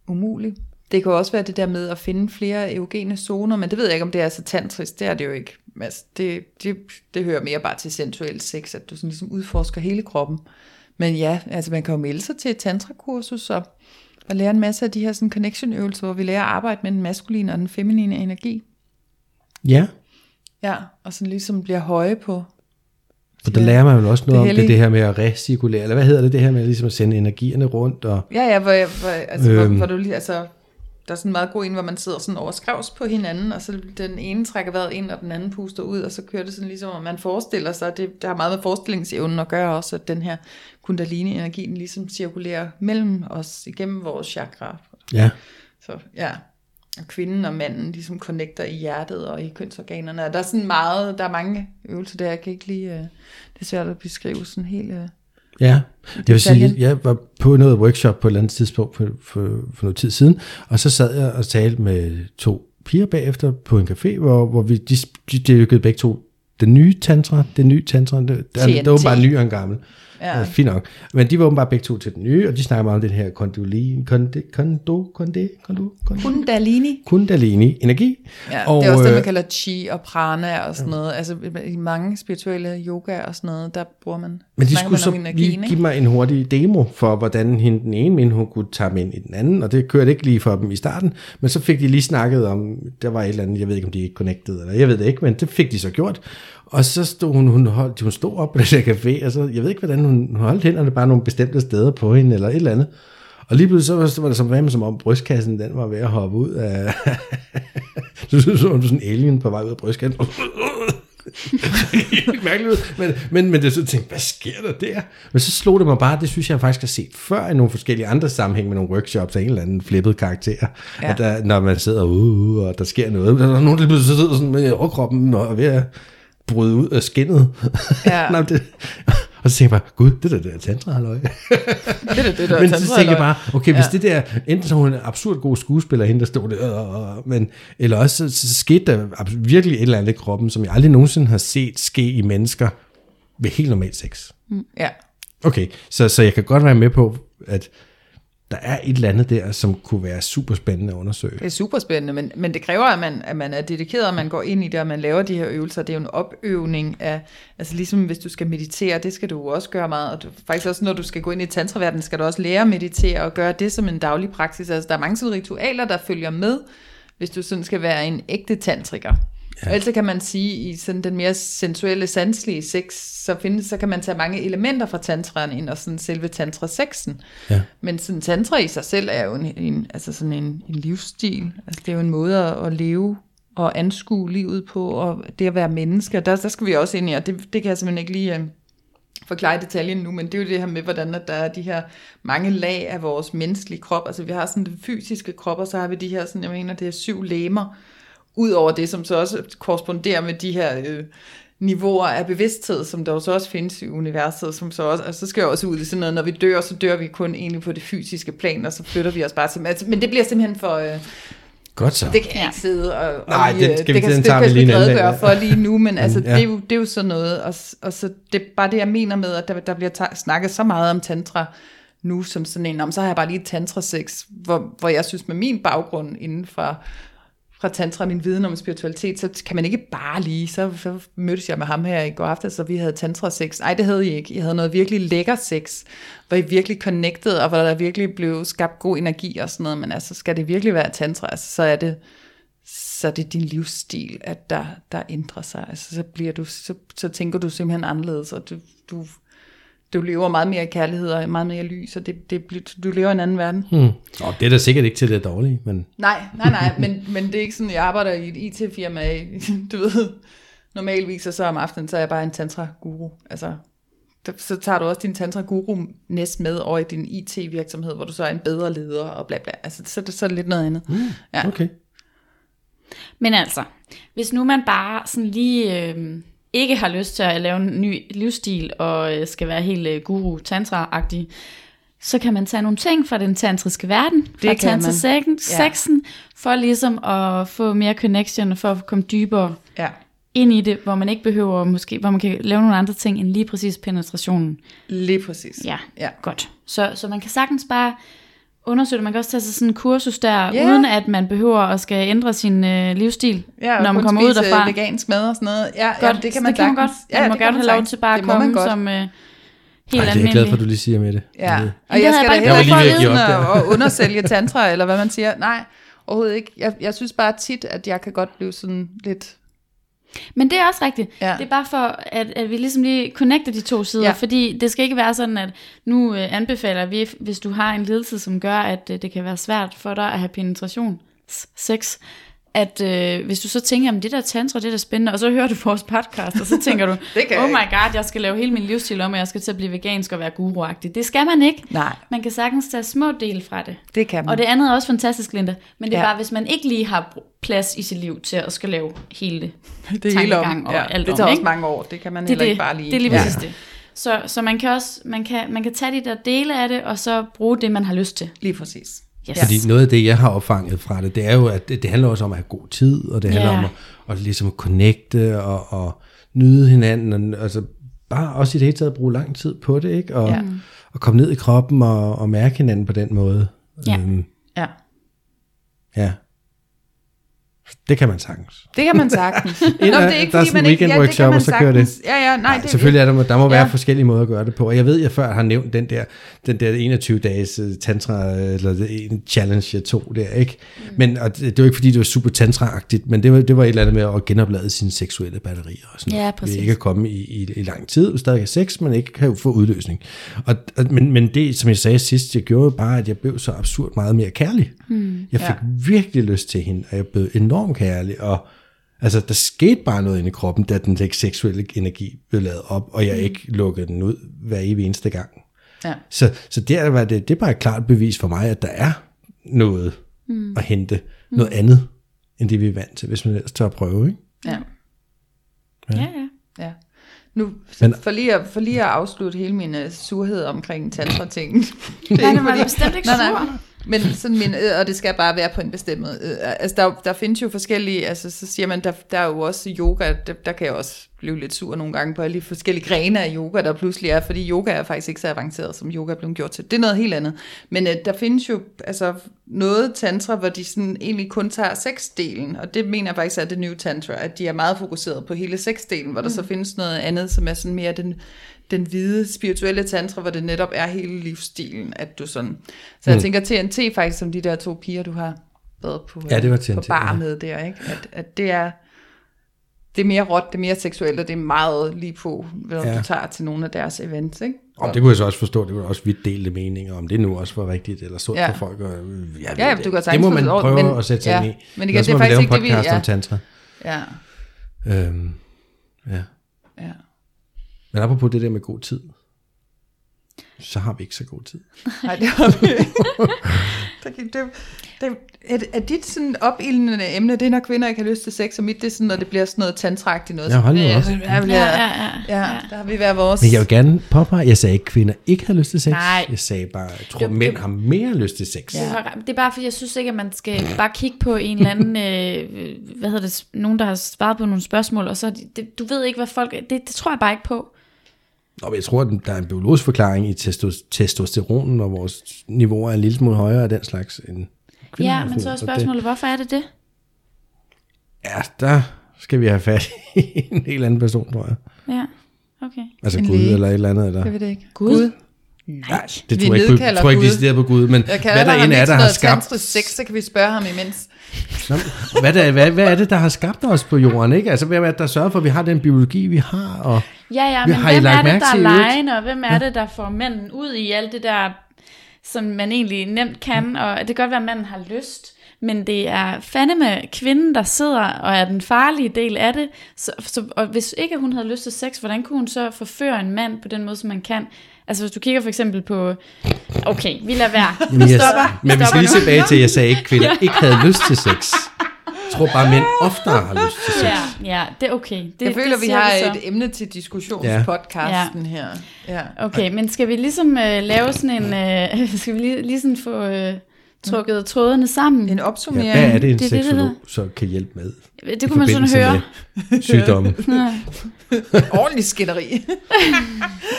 Speaker 3: umulig. Det kan jo også være det der med at finde flere eugene zoner, men det ved jeg ikke, om det er så tantrisk. Det er det jo ikke. Altså, det, det, det hører mere bare til sensuel sex, at du sådan ligesom udforsker hele kroppen. Men ja, altså man kan jo melde sig til et tantrakursus og, og lære en masse af de her sådan connection-øvelser, hvor vi lærer at arbejde med den maskuline og den feminine energi.
Speaker 2: ja.
Speaker 3: Ja, og sådan ligesom bliver høje på.
Speaker 2: Og der
Speaker 3: Ja.
Speaker 2: lærer man vel også noget
Speaker 3: Det
Speaker 2: det om det,
Speaker 3: hellige.
Speaker 2: det her med at recirkulere, eller hvad hedder det, det her med ligesom at sende energierne rundt og
Speaker 3: Ja, ja, hvor, jeg- hvor, altså, øhm.
Speaker 2: Øhm.
Speaker 3: hvor, hvor du lige, altså, der er sådan en meget god en, hvor man sidder sådan over skrevs på hinanden, og så den ene trækker vejret ind, og den anden puster ud, og så kører det sådan ligesom, og man forestiller sig, det, det har meget med forestillingsevnen at gøre også, at den her kundalini-energi, den ligesom cirkulerer mellem os, igennem vores chakra,
Speaker 2: ja.
Speaker 3: Så ja, og kvinden og manden ligesom connecter i hjertet og i kønsorganerne. Og der er sådan meget, der er mange øvelser der, jeg kan ikke lige, øh, det er svært at beskrive sådan helt øh,
Speaker 2: Ja, jeg vil sige,
Speaker 3: Italien.
Speaker 2: jeg var på noget workshop på et eller andet tidspunkt for, for, for noget tid siden, og så sad jeg og talte med to piger bagefter på en café, hvor, hvor vi, de, de dyrkede begge to den nye tantra, den nye tantra, det, der,
Speaker 3: TNT.
Speaker 2: der var bare en ny og en gammel.
Speaker 3: Ja.
Speaker 2: Ja. fint nok. Men de var bare begge to til den nye, og de snakker meget om den her kondoli, konde, kondo, konde, kondo, kondo,
Speaker 3: Kundalini.
Speaker 2: kundalini, energi.
Speaker 3: Ja, og, det er også det, man
Speaker 2: øh,
Speaker 3: kalder chi og prana og sådan noget. Altså i mange spirituelle yoga og sådan noget, der bruger man,
Speaker 2: Men de
Speaker 3: snakker
Speaker 2: skulle
Speaker 3: man om
Speaker 2: så
Speaker 3: energien,
Speaker 2: lige
Speaker 3: ikke?
Speaker 2: give mig en hurtig demo for, hvordan hende den ene mente, hun kunne tage med ind i den anden, og det kørte ikke lige for dem i starten, men så fik de lige snakket om, der var et eller andet, jeg ved ikke, om de ikke connected, eller jeg ved det ikke, men det fik de så gjort, og så stod hun, hun, holdt, hun stod op på det der café, og så, jeg ved ikke, hvordan hun, hun holdt hænderne bare nogle bestemte steder på hende, eller et eller andet, og lige pludselig så var, så var det som, hvad med, som om brystkassen den var ved at hoppe ud af... så (laughs) så så hun sådan en alien på vej ud af (laughs) brystkassen. helt mærkeligt ud. Men, men, men det er så tænkte, hvad sker der der? Men så slog det mig bare, det synes jeg faktisk har set før i nogle forskellige andre sammenhæng med nogle workshops af en eller anden flippet karakter.
Speaker 3: Ja.
Speaker 2: Ja. At der, når man sidder ude, og der sker noget. Der er nogen, der pludselig sidder sådan med overkroppen og er ved at bryde ud af skinnet.
Speaker 3: Ja.
Speaker 2: (laughs) Nå, men det, og så tænker jeg bare, gud, det der, det er tantra, halløj.
Speaker 3: Det er da det, der er
Speaker 2: Men så
Speaker 3: tantra,
Speaker 2: tænker jeg
Speaker 3: eller-
Speaker 2: bare, okay, hvis
Speaker 3: Ja.
Speaker 2: det der, enten så er hun en absurd god skuespiller, hende der stod der, øh, øh, men, eller også så, så skete der abs- virkelig et eller andet i kroppen, som jeg aldrig nogensinde har set ske i mennesker ved helt normal sex.
Speaker 3: Ja,
Speaker 2: Okay, så, så jeg kan godt være med på, at der er et eller andet der, som kunne være super spændende at undersøge.
Speaker 3: det er super spændende, men, men det kræver, at man, at man er dedikeret, og man går ind i det, og man laver de her øvelser. Det er jo en opøvning af, altså ligesom hvis du skal meditere, det skal du jo også gøre meget, og du, faktisk også når du skal gå ind i tantraverdenen, skal du også lære at meditere og gøre det som en daglig praksis. Altså der er mange sådan ritualer, der følger med, hvis du sådan skal være en ægte tantriker. Ja. Og ellers så kan man sige, i sådan den mere sensuelle, sanselige sex, så, findes, så kan man tage mange elementer fra tantraen ind, og sådan selve tantrasexen.
Speaker 2: Ja.
Speaker 3: Men sådan tantra i sig selv er jo en, en, altså sådan en, en livsstil. Altså det er jo en måde at, at leve og anskue livet på, og det at være menneske. Og Der, der skal vi også ind i, og det, det kan jeg simpelthen ikke lige øh, forklare i detaljen nu, men det er jo det her med, hvordan at der er de her mange lag af vores menneskelige krop. Altså vi har sådan den fysiske krop, og så har vi de her, sådan, jeg mener, det er syv lemmer, ud over det, som så også korresponderer med de her øh, niveauer af bevidsthed, som der jo så også findes i universet, som så også, og så skal jeg også ud i sådan noget, når vi dør, så dør vi kun egentlig på det fysiske plan, og så flytter vi os bare til, altså, men det bliver simpelthen for, øh,
Speaker 2: Godt så.
Speaker 3: det kan jeg ikke sidde og, og
Speaker 2: altså. Nej,
Speaker 3: lige, øh,
Speaker 2: den skal vi-
Speaker 3: det kan,
Speaker 2: den
Speaker 3: det
Speaker 2: tager
Speaker 3: kan
Speaker 2: vi
Speaker 3: jeg sgu
Speaker 2: lige en
Speaker 3: ikke
Speaker 2: anden dag,
Speaker 3: redegøre
Speaker 2: ja.
Speaker 3: for lige nu, men altså,
Speaker 2: Mm, (laughs) ja.
Speaker 3: det, er jo, det er jo sådan noget, og, s- og så, det er bare det, jeg mener med, at der, der bliver ta- snakket så meget om tantra nu, som sådan en, om så har jeg bare lige tantra sex, hvor, hvor jeg synes med min baggrund inden fra, fra tantra, min viden om spiritualitet, så kan man ikke bare lige, så, så mødtes jeg med ham her i går aftes, så vi havde tantra sex. Nej, det havde I ikke. I havde noget virkelig lækker sex, hvor I virkelig connected, og hvor der virkelig blev skabt god energi og sådan noget, men altså, skal det virkelig være tantra, altså, så er det, så er det din livsstil, at der, der ændrer sig. Altså, så, bliver du, så, så tænker du simpelthen anderledes, og du, du, du lever meget mere i kærlighed og meget mere lys, og det, det, bliver- du lever i en anden verden.
Speaker 2: Hmm. Og det er da sikkert ikke til det dårlige, men
Speaker 3: Nej, nej, nej, men, men det er ikke sådan, jeg arbejder i et IT-firma, i- (laughs) du ved, normalvis, og så om aftenen, så er jeg bare en tantra-guru. Altså, der- så tager du også din tantra-guru næst med over i din IT-virksomhed, hvor du så er en bedre leder og bla bla. Altså, så, er det- så er det lidt noget andet. Mm, ja.
Speaker 2: Hmm, okay.
Speaker 4: Men altså, hvis nu man bare sådan lige øh, ikke har lyst til at lave en ny livsstil og øh, skal være helt øh, guru tantra agtig så kan man tage nogle ting fra den tantriske verden, fra
Speaker 3: kan man.
Speaker 4: tantrasexen, sexen, for ligesom at få mere connection og for at komme dybere
Speaker 3: ja.
Speaker 4: ind i det, hvor man ikke behøver måske, hvor man kan lave nogle andre ting end lige præcis penetrationen.
Speaker 3: Lige præcis.
Speaker 4: Ja,
Speaker 3: ja.
Speaker 4: godt. Så, så man kan sagtens bare undersøge det. Man kan også tage sig sådan en kursus der,
Speaker 3: Ja.
Speaker 4: uden at man behøver at skal ændre sin øh, livsstil,
Speaker 3: Ja, og
Speaker 4: når man
Speaker 3: kun
Speaker 4: kommer ud
Speaker 3: spise, øh,
Speaker 4: derfra.
Speaker 3: vegansk mad og sådan noget. Ja,
Speaker 4: Godt,
Speaker 3: ja det kan man,
Speaker 4: det kan man godt.
Speaker 3: sagtens.
Speaker 4: Ja, man må
Speaker 3: det kan
Speaker 4: gerne have lov
Speaker 3: sagtens.
Speaker 4: til bare at
Speaker 3: Det må man
Speaker 4: komme
Speaker 3: godt.
Speaker 4: som øh, helt
Speaker 2: Ej, det er jeg
Speaker 4: almindelig.
Speaker 2: glad for, at du lige siger med det.
Speaker 3: Ja, og
Speaker 4: det
Speaker 3: jeg
Speaker 4: havde
Speaker 3: skal
Speaker 4: jeg
Speaker 3: da
Speaker 4: bare
Speaker 3: heller
Speaker 4: ikke
Speaker 3: ikke
Speaker 2: tænkt
Speaker 3: forleden
Speaker 2: på. Jeg var lige ved at give op
Speaker 3: at undersælge tantra, eller hvad man siger. Nej, overhovedet ikke. Jeg, jeg synes bare tit, at jeg kan godt blive sådan lidt...
Speaker 4: Men det er også rigtigt.
Speaker 3: Ja.
Speaker 4: Ja. Det er bare for, at, at vi ligesom lige connecter de to sider,
Speaker 3: Ja.
Speaker 4: ja. fordi det skal ikke være sådan, at nu øh, anbefaler vi, hvis du har en lidelse, som gør, at øh, det kan være svært for dig at have penetration, s- sex, at øh, hvis du så tænker, at det der tantra, det der spændende, og så hører du vores podcast, og så tænker du,
Speaker 3: (laughs) Det kan jeg
Speaker 4: oh my
Speaker 3: ikke."
Speaker 4: god, jeg skal lave hele min livsstil om, og jeg skal til at blive vegansk og være guruagtig. Det skal man ikke.
Speaker 3: Nej.
Speaker 4: Man kan sagtens tage små dele fra det.
Speaker 3: Det kan man.
Speaker 4: Og det andet er også fantastisk, Linda. Men det er
Speaker 3: Ja.
Speaker 4: ja. bare, hvis man ikke lige har brug- plads i sit liv til at skal lave hele
Speaker 3: Det, hele om. (laughs)
Speaker 4: tankegang og
Speaker 3: ja,
Speaker 4: alt
Speaker 3: det
Speaker 4: om,
Speaker 3: tager også
Speaker 4: ikke?
Speaker 3: mange år. Det kan man
Speaker 4: det,
Speaker 3: heller
Speaker 4: er
Speaker 3: ikke
Speaker 4: det,
Speaker 3: bare lige...
Speaker 4: det er lige præcis ja. det. Så, så man kan også man kan, man kan tage de der dele af det, og så bruge det, man har lyst til.
Speaker 3: Lige præcis.
Speaker 4: Yes.
Speaker 2: Fordi noget af det, jeg har opfanget fra det, det er jo, at det, det handler også om at have god tid, og det handler
Speaker 4: Ja.
Speaker 2: om at, at ligesom connecte og, og nyde hinanden, og, altså bare også i det hele taget bruge lang tid på det, ikke? Og, ja. og komme ned i kroppen og, og mærke hinanden på den måde.
Speaker 4: Ja.
Speaker 2: Øhm,
Speaker 3: Ja.
Speaker 2: ja. Det kan man sagtens.
Speaker 3: Det kan man
Speaker 2: (laughs)
Speaker 3: sagtens. Nå, men det
Speaker 2: der er sådan en weekendworkshop, og så kører det.
Speaker 3: Ja, ja, nej, det,
Speaker 2: Selvfølgelig er der, der må være
Speaker 3: Ja.
Speaker 2: forskellige måder at gøre det på, og jeg ved, jeg før har nævnt den der, den der 21-dages øh, tantra, øh, eller det ene challenge, jeg tog der, ikke? Men og det, det var ikke, fordi det var super tantraagtigt, men det var, det var et eller andet med at genoplade sine seksuelle batterier og sådan
Speaker 4: Ja,
Speaker 2: noget.
Speaker 4: præcis.
Speaker 2: Ved ikke at komme i, i, i lang tid, du stadig har sex, men ikke kan jo få udløsning. Og, og, men, men det, som jeg sagde sidst, jeg gjorde jo bare, at jeg blev så absurd meget mere kærlig. Mm. Jeg fik ja. virkelig lyst til hende, og jeg blev enormt kærlig, og Altså, der skete bare noget inde i kroppen, da den der seksuelle energi blev lavet op, og jeg ikke lukkede den ud hver evig eneste gang.
Speaker 3: Ja.
Speaker 2: Så, så der var det, det er bare et klart bevis for mig, at der er noget mm. at hente. Noget andet, end det vi er vant til, hvis man ellers tør at prøve. Ikke?
Speaker 3: Ja,
Speaker 4: Ja, ja.
Speaker 3: ja. Nu,
Speaker 2: Men-
Speaker 3: for, lige at, for lige at afslutte hele min øh, surhed omkring tantra-tingen. Det er
Speaker 4: (laughs) Nej,
Speaker 3: ikke
Speaker 4: det var
Speaker 3: fordi-
Speaker 4: bestemt ikke
Speaker 3: Nej, nej.
Speaker 4: sur.
Speaker 3: Men sådan min, øh, og det skal bare være på en bestemt måde. Øh, Altså, der, der findes jo forskellige, altså så siger man, der, der er jo også yoga, der, der kan jeg også blive lidt sur nogle gange på alle de forskellige grene af yoga, der pludselig er, fordi yoga er faktisk ikke så avanceret, som yoga er blevet gjort til. Det er noget helt andet. Men øh, der findes jo altså noget tantra, hvor de sådan egentlig kun tager sexdelen, og det mener jeg faktisk er det nye tantra, at de er meget fokuseret på hele sexdelen, hvor der
Speaker 4: Mm.
Speaker 3: så findes noget andet, som er sådan mere den, den hvide spirituelle tantra, hvor det netop er hele livsstilen, at du sådan... Så
Speaker 2: Mm.
Speaker 3: jeg tænker TNT faktisk, som de der to piger, du har været på, øh,
Speaker 2: Ja, det var
Speaker 3: på
Speaker 2: TNT,
Speaker 3: bar
Speaker 2: ja.
Speaker 3: med der, ikke? At, at det er... Det er mere råt, det er mere seksuelt, og det er meget lige på, hvad
Speaker 2: Ja.
Speaker 3: ja. du tager til nogle af deres events, ikke?
Speaker 2: Og det kunne jeg så også forstå, det var også vidt delte meninger, om det nu også var rigtigt eller sundt ja.
Speaker 3: Ja.
Speaker 2: for folk. Og, øh, jeg ved
Speaker 3: Ja,
Speaker 2: det,
Speaker 3: du kan
Speaker 2: det må
Speaker 3: sagtens
Speaker 2: man
Speaker 3: forstå det,
Speaker 2: prøve
Speaker 3: men-
Speaker 2: at sætte sig
Speaker 3: ja.
Speaker 2: ind i.
Speaker 3: Men igen,
Speaker 2: Ellers
Speaker 3: det er
Speaker 2: må vi
Speaker 3: faktisk
Speaker 2: lave en
Speaker 3: ikke det,
Speaker 2: podcast
Speaker 3: vi- ja.
Speaker 2: om tantra.
Speaker 3: Ja,
Speaker 2: Øhm, ja.
Speaker 3: (laughs) ja.
Speaker 2: Men apropos det der med god tid, så har vi ikke så god tid.
Speaker 3: Nej, det har vi ikke. Der gik (laughs) det, det, er, er dit sådan opildende emne, det er, når kvinder ikke har lyst til sex, og mit, det er sådan, når det bliver sådan noget tantragtigt noget.
Speaker 2: Ja, hold nu
Speaker 3: ja,
Speaker 2: op.
Speaker 3: ja,
Speaker 4: Ja,
Speaker 3: ja,
Speaker 4: ja, ja.
Speaker 3: ja, der har vi hver vores.
Speaker 2: Men jeg vil gerne påpege, jeg sagde ikke, at kvinder ikke har lyst til sex.
Speaker 4: Nej.
Speaker 2: Jeg sagde bare, jeg tror, mænd har mere lyst til sex.
Speaker 4: Det var- Det er bare fordi, jeg synes ikke, at man skal bare kigge på en eller anden, øh, hvad hedder det, s- nogen, der har svaret på nogle spørgsmål, og så, er de- det, du ved ikke, hvad folk, det, det tror jeg bare ikke på.
Speaker 2: Nå, men jeg tror, at der er en biologisk forklaring i testos- testosteronen, og vores niveauer er en lille smule højere af den slags end kvinder.
Speaker 4: Ja,
Speaker 2: har
Speaker 4: men
Speaker 2: fået.
Speaker 4: så er
Speaker 2: Og
Speaker 4: spørgsmålet, hvorfor er det det?
Speaker 2: Det, ja, der skal vi have fat i en helt anden person, tror jeg.
Speaker 4: Ja, okay.
Speaker 2: Altså
Speaker 3: En
Speaker 2: Gud
Speaker 3: læge.
Speaker 2: eller et eller andet. Eller.
Speaker 3: Kan vi det ikke?
Speaker 4: Gud?
Speaker 2: Nej, det
Speaker 3: Vi
Speaker 2: tror jeg ikke, jeg
Speaker 3: nedkalder
Speaker 2: tror ikke
Speaker 3: Gud.
Speaker 2: decideret på Gud, men
Speaker 3: Jeg
Speaker 2: hvad der end er, der har skabt...
Speaker 3: sex, så kan vi spørge ham imens.
Speaker 2: Nå, men hvad, der, hvad, hvad er det, der har skabt os på jorden? Ikke? Altså, hvem er det, der sørger for, at vi har den biologi, vi har? Og...
Speaker 4: Ja, ja,
Speaker 2: Vi
Speaker 4: men
Speaker 2: har I
Speaker 4: hvem
Speaker 2: lagt
Speaker 4: er
Speaker 2: mærke
Speaker 4: det, der
Speaker 2: til i
Speaker 4: er
Speaker 2: øvrigt?
Speaker 4: lejen, og hvem er det, der får manden ud i alt det der, som man egentlig nemt kan, og det kan godt være, at manden har lyst, men det er fandeme kvinden, der sidder og er den farlige del af det, så, så, og hvis ikke hun havde lyst til sex, hvordan kunne hun så forføre en mand på den måde, som man kan? Altså hvis du kigger for eksempel på, okay, vi lader være, vi
Speaker 2: Jamen, jeg-
Speaker 4: stopper,
Speaker 2: Men vi skal
Speaker 4: stopper
Speaker 2: lige
Speaker 4: nu.
Speaker 2: tilbage til, at jeg sagde ikke, kvinder ikke havde lyst til sex. Jeg tror bare, mænd oftere har lyst til sex.
Speaker 4: Ja, ja, det er okay. Det,
Speaker 3: Jeg føler,
Speaker 4: det
Speaker 3: vi
Speaker 4: siger
Speaker 3: har
Speaker 4: så.
Speaker 3: et emne til diskussionspodcasten her. Ja.
Speaker 4: Okay, men skal vi ligesom øh, lave sådan en, øh, (laughs) skal vi lige, lige sådan få øh,
Speaker 2: Mm.
Speaker 4: trukket trådene sammen?
Speaker 3: En
Speaker 2: Ja,
Speaker 3: opsummering.
Speaker 2: hvad er det, en
Speaker 4: det er det, det
Speaker 2: seksolog så kan hjælpe med?
Speaker 4: Det kunne man sådan høre.
Speaker 2: sygdomme.
Speaker 3: ordentlig skænderi.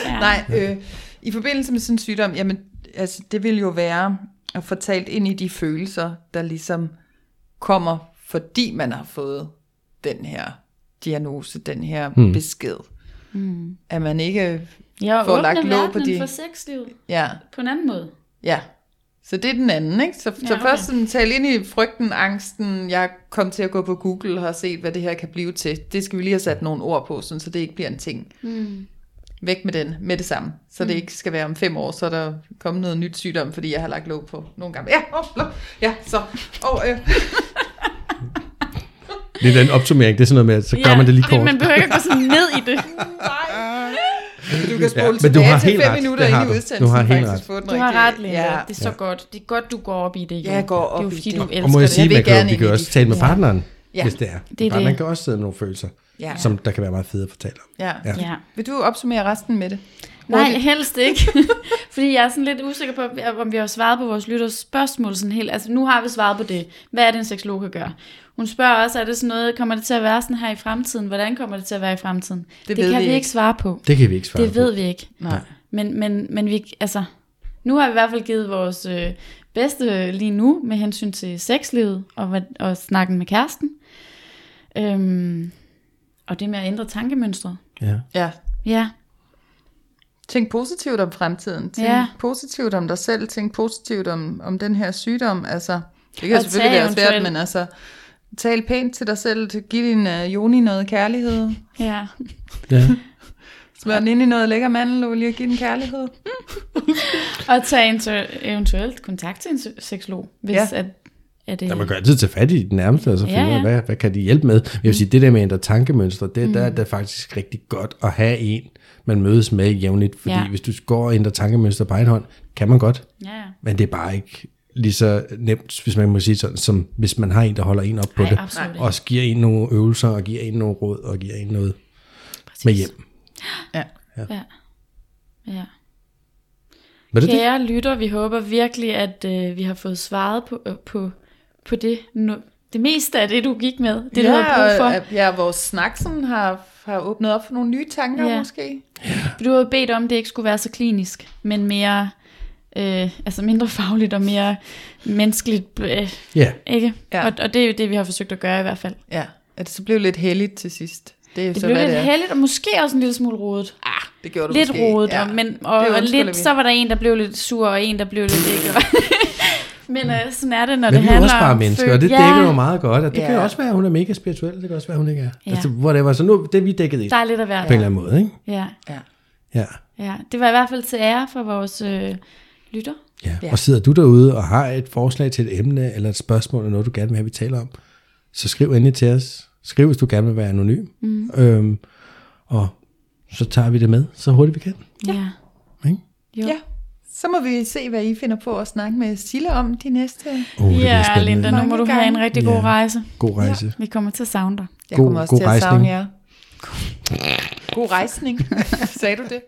Speaker 3: ja. Nej, øh, i forbindelse med sådan en sygdom, jamen, altså, det vil jo være at få talt ind i de følelser, der ligesom kommer, fordi man har fået den her diagnose, den her
Speaker 2: Hmm.
Speaker 3: mm. besked. Mm. At man ikke,
Speaker 4: Jeg
Speaker 3: Får
Speaker 4: åbner
Speaker 3: lagt låg på
Speaker 4: verdenen
Speaker 3: de-
Speaker 4: for sexlivet
Speaker 3: ja,
Speaker 4: på en anden måde.
Speaker 3: ja. Så det er den anden, ikke? Så, ja, så
Speaker 4: Ja, okay.
Speaker 3: først sådan, tale ind i frygten, angsten, jeg kom til at gå på Google og har set, hvad det her kan blive til. Det skal vi lige have sat nogle ord på, sådan, så det ikke bliver en ting.
Speaker 4: Mm.
Speaker 3: væk med den med det samme, så
Speaker 4: Hmm.
Speaker 3: det ikke skal være om fem år, så er der kommet noget nyt sygdom, fordi jeg har lagt låg på nogle gamle. Ja, oh, lå. ja så. Oh, øh.
Speaker 2: Det er en opsummering, det er sådan noget med, at så gør man det lige
Speaker 4: fordi
Speaker 2: kort.
Speaker 4: Man behøver ikke gå sådan ned
Speaker 3: (laughs)
Speaker 4: i det.
Speaker 3: Du kan spole
Speaker 2: Ja,
Speaker 3: ja,
Speaker 2: men du
Speaker 3: tilbage
Speaker 2: har
Speaker 3: til
Speaker 2: helt
Speaker 3: fem
Speaker 2: ret.
Speaker 3: minutter
Speaker 2: Det har
Speaker 3: ind i
Speaker 2: du.
Speaker 3: udsendelsen.
Speaker 2: Du har helt
Speaker 3: faktisk
Speaker 2: ret.
Speaker 3: få den
Speaker 4: Du har
Speaker 3: rigtige-
Speaker 4: ret, Linda.
Speaker 3: Ja.
Speaker 4: Det er så godt. Det er godt, du går op i det. Jo.
Speaker 3: Ja, jeg går
Speaker 4: det er
Speaker 3: op
Speaker 4: jo,
Speaker 3: i
Speaker 4: fordi,
Speaker 3: det.
Speaker 4: du
Speaker 2: Og
Speaker 4: elsker
Speaker 2: må jeg
Speaker 4: det.
Speaker 2: sige,
Speaker 3: Jeg vil
Speaker 2: man kan,
Speaker 3: gerne
Speaker 2: jo- vi
Speaker 3: ind i
Speaker 2: kan
Speaker 3: de
Speaker 2: også tale med partneren,
Speaker 3: Ja.
Speaker 2: hvis det er.
Speaker 4: Det er
Speaker 2: Bare
Speaker 4: det.
Speaker 2: Man kan også sidde med nogle følelser.
Speaker 3: Ja.
Speaker 2: som der kan være meget fede at fortælle om.
Speaker 3: Ja.
Speaker 2: Ja.
Speaker 3: ja.
Speaker 4: Ja.
Speaker 3: Vil du opsummere resten med det?
Speaker 4: Nej, helst
Speaker 3: (laughs)
Speaker 4: ikke. Fordi jeg er sådan lidt usikker på, om vi har svaret på vores lytters spørgsmål sådan helt. Altså, nu har vi svaret på det. Hvad er det, en seksolog kan gøre? Hun spørger også, er det sådan noget, kommer det til at være sådan her i fremtiden? Hvordan kommer det til at være i fremtiden? Det,
Speaker 3: ved
Speaker 4: det kan
Speaker 3: vi
Speaker 4: vi ikke
Speaker 3: ikke.
Speaker 4: svare på.
Speaker 2: Det kan vi ikke svare
Speaker 4: Det ved
Speaker 2: på.
Speaker 4: vi ikke.
Speaker 3: Nej.
Speaker 4: Men, men, men vi, altså, nu har vi i hvert fald givet vores øh, bedste lige nu med hensyn til sexlivet og, hvad- og snakken med kæresten. Øhm, og det med at ændre tankemønstre.
Speaker 2: Ja.
Speaker 3: Ja.
Speaker 4: Ja,
Speaker 3: Tænk positivt om fremtiden. Tænk
Speaker 4: Ja.
Speaker 3: positivt om dig selv. Tænk positivt om, om den her sygdom. Altså, det kan
Speaker 4: Og
Speaker 3: selvfølgelig
Speaker 4: tag
Speaker 3: være svært,
Speaker 4: eventuelt-
Speaker 3: men altså, tal pænt til dig selv. Giv din uh, Joni noget kærlighed.
Speaker 4: ja.
Speaker 2: ja.
Speaker 3: Smør den ind i noget lækker mandelolie og giv den kærlighed.
Speaker 4: Og tage eventu- eventuelt kontakt til en se- seksolog, hvis
Speaker 3: Ja.
Speaker 4: ja. at, at det...
Speaker 2: Ja, man kan altid tage fat i den nærmeste, og så finde
Speaker 4: Ja,
Speaker 2: ja, ja.
Speaker 4: ja.
Speaker 2: hvad, hvad kan de hjælpe med? Jeg vil sige, det der med at ændre tankemønstre, det, mm. der er det faktisk rigtig godt at have en, man mødes med jævnligt, fordi ja.
Speaker 4: Ja.
Speaker 2: hvis du går og ændrer tankemønstre på egen hånd, kan man godt,
Speaker 4: ja, ja.
Speaker 2: men det er bare ikke lige så nemt, hvis man må sige sådan, som hvis man har en, der holder en op på
Speaker 4: Ej,
Speaker 2: det,
Speaker 4: absolut ikke.
Speaker 2: og også giver en nogle øvelser, og giver en nogle råd, og giver en noget Præcis. med hjem.
Speaker 3: Ja.
Speaker 4: Ja. ja.
Speaker 2: Var det det?
Speaker 4: Kære lytter, vi håber virkelig, at øh, vi har fået svaret på, øh, på, på det, no, det meste af det, du gik med. Det, du havde brug for.
Speaker 3: og, at- Ja, øh, vores snak sådan har, har åbnet op for nogle nye tanker ja.
Speaker 4: Ja.
Speaker 3: måske.
Speaker 4: Du havde bedt om, at det ikke skulle være så klinisk, men mere, øh, altså mindre fagligt og mere menneskeligt, øh,
Speaker 2: Ja,
Speaker 4: ikke?
Speaker 3: Ja.
Speaker 4: Ja. Og, og det er jo det, vi har forsøgt at gøre i hvert fald.
Speaker 3: Ja, at det så blev lidt heldigt til sidst. Det er jo
Speaker 4: Det
Speaker 3: så,
Speaker 4: blev
Speaker 3: hvad
Speaker 4: lidt
Speaker 3: det er.
Speaker 4: heldigt, og måske også en lille smule rodet.
Speaker 3: Ah, det gjorde du
Speaker 4: Lidt
Speaker 3: måske.
Speaker 4: rodet, ja. men, og,
Speaker 3: Det
Speaker 4: og
Speaker 3: undskylder
Speaker 4: lidt,
Speaker 3: vi.
Speaker 4: så var der en, der blev lidt sur, og en, der blev lidt
Speaker 3: (laughs)
Speaker 4: ikke. og- men øh, sådan er det, når
Speaker 2: men
Speaker 4: det
Speaker 2: vi er
Speaker 4: handler
Speaker 2: også bare
Speaker 4: om
Speaker 2: mennesker,
Speaker 4: føl-
Speaker 2: og det
Speaker 4: ja,
Speaker 2: dækker jo meget godt, og det kan
Speaker 3: Ja.
Speaker 2: jo også være, at hun er mega spirituel, det kan også være, at hun ikke er.
Speaker 4: Ja.
Speaker 2: Altså, whatever. Så nu, det er vi dækket ind,
Speaker 4: Der
Speaker 2: på
Speaker 4: er lidt af hvert.
Speaker 2: en eller anden måde, ikke?
Speaker 4: Ja.
Speaker 3: Ja.
Speaker 2: Ja.
Speaker 4: ja, det var i hvert fald til ære for vores øh, lytter.
Speaker 2: Ja.
Speaker 3: Ja.
Speaker 2: Og sidder du derude og har et forslag til et emne eller et spørgsmål eller noget, du gerne vil have, vi taler om, så skriv endelig til os. Skriv, hvis du gerne vil være anonym. Mm. Øhm, og så tager vi det med, så hurtigt vi kan.
Speaker 4: Ja. ja.
Speaker 2: Ikke?
Speaker 4: Jo.
Speaker 3: Ja, så må vi se, hvad I finder på at snakke med Sille om de næste...
Speaker 2: Oh, det bliver
Speaker 4: Ja,
Speaker 2: spændende.
Speaker 4: Linda, nu må
Speaker 3: Mange
Speaker 4: du have en
Speaker 3: gange.
Speaker 4: rigtig god
Speaker 2: Ja.
Speaker 4: rejse.
Speaker 2: God
Speaker 4: (laughs)
Speaker 2: rejse. Ja.
Speaker 4: Vi kommer til at savne dig.
Speaker 3: Jeg
Speaker 2: God-
Speaker 3: kommer også
Speaker 2: god
Speaker 3: til at
Speaker 2: rejsning.
Speaker 3: savne jer. God rejsning. (laughs) Sagde du det?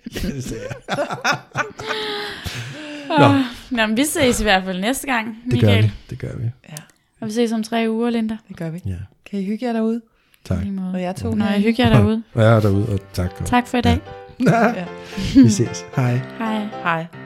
Speaker 4: Nå, men vi ses i hvert fald næste gang, Michael.
Speaker 2: Det gør vi. Det gør vi.
Speaker 3: Ja,
Speaker 4: Og vi ses om tre uger, Linda.
Speaker 3: det gør vi.
Speaker 2: Ja.
Speaker 3: Kan I hygge jer derude?
Speaker 2: Tak.
Speaker 4: Lige måde.
Speaker 3: Og jeg tog
Speaker 4: Nå, jeg hygger jer derude.
Speaker 2: Og jeg er derude, og tak. Og
Speaker 4: Tak for i dag.
Speaker 3: Ja.
Speaker 2: Vi ses. Hej.
Speaker 4: Hej.
Speaker 3: Hej.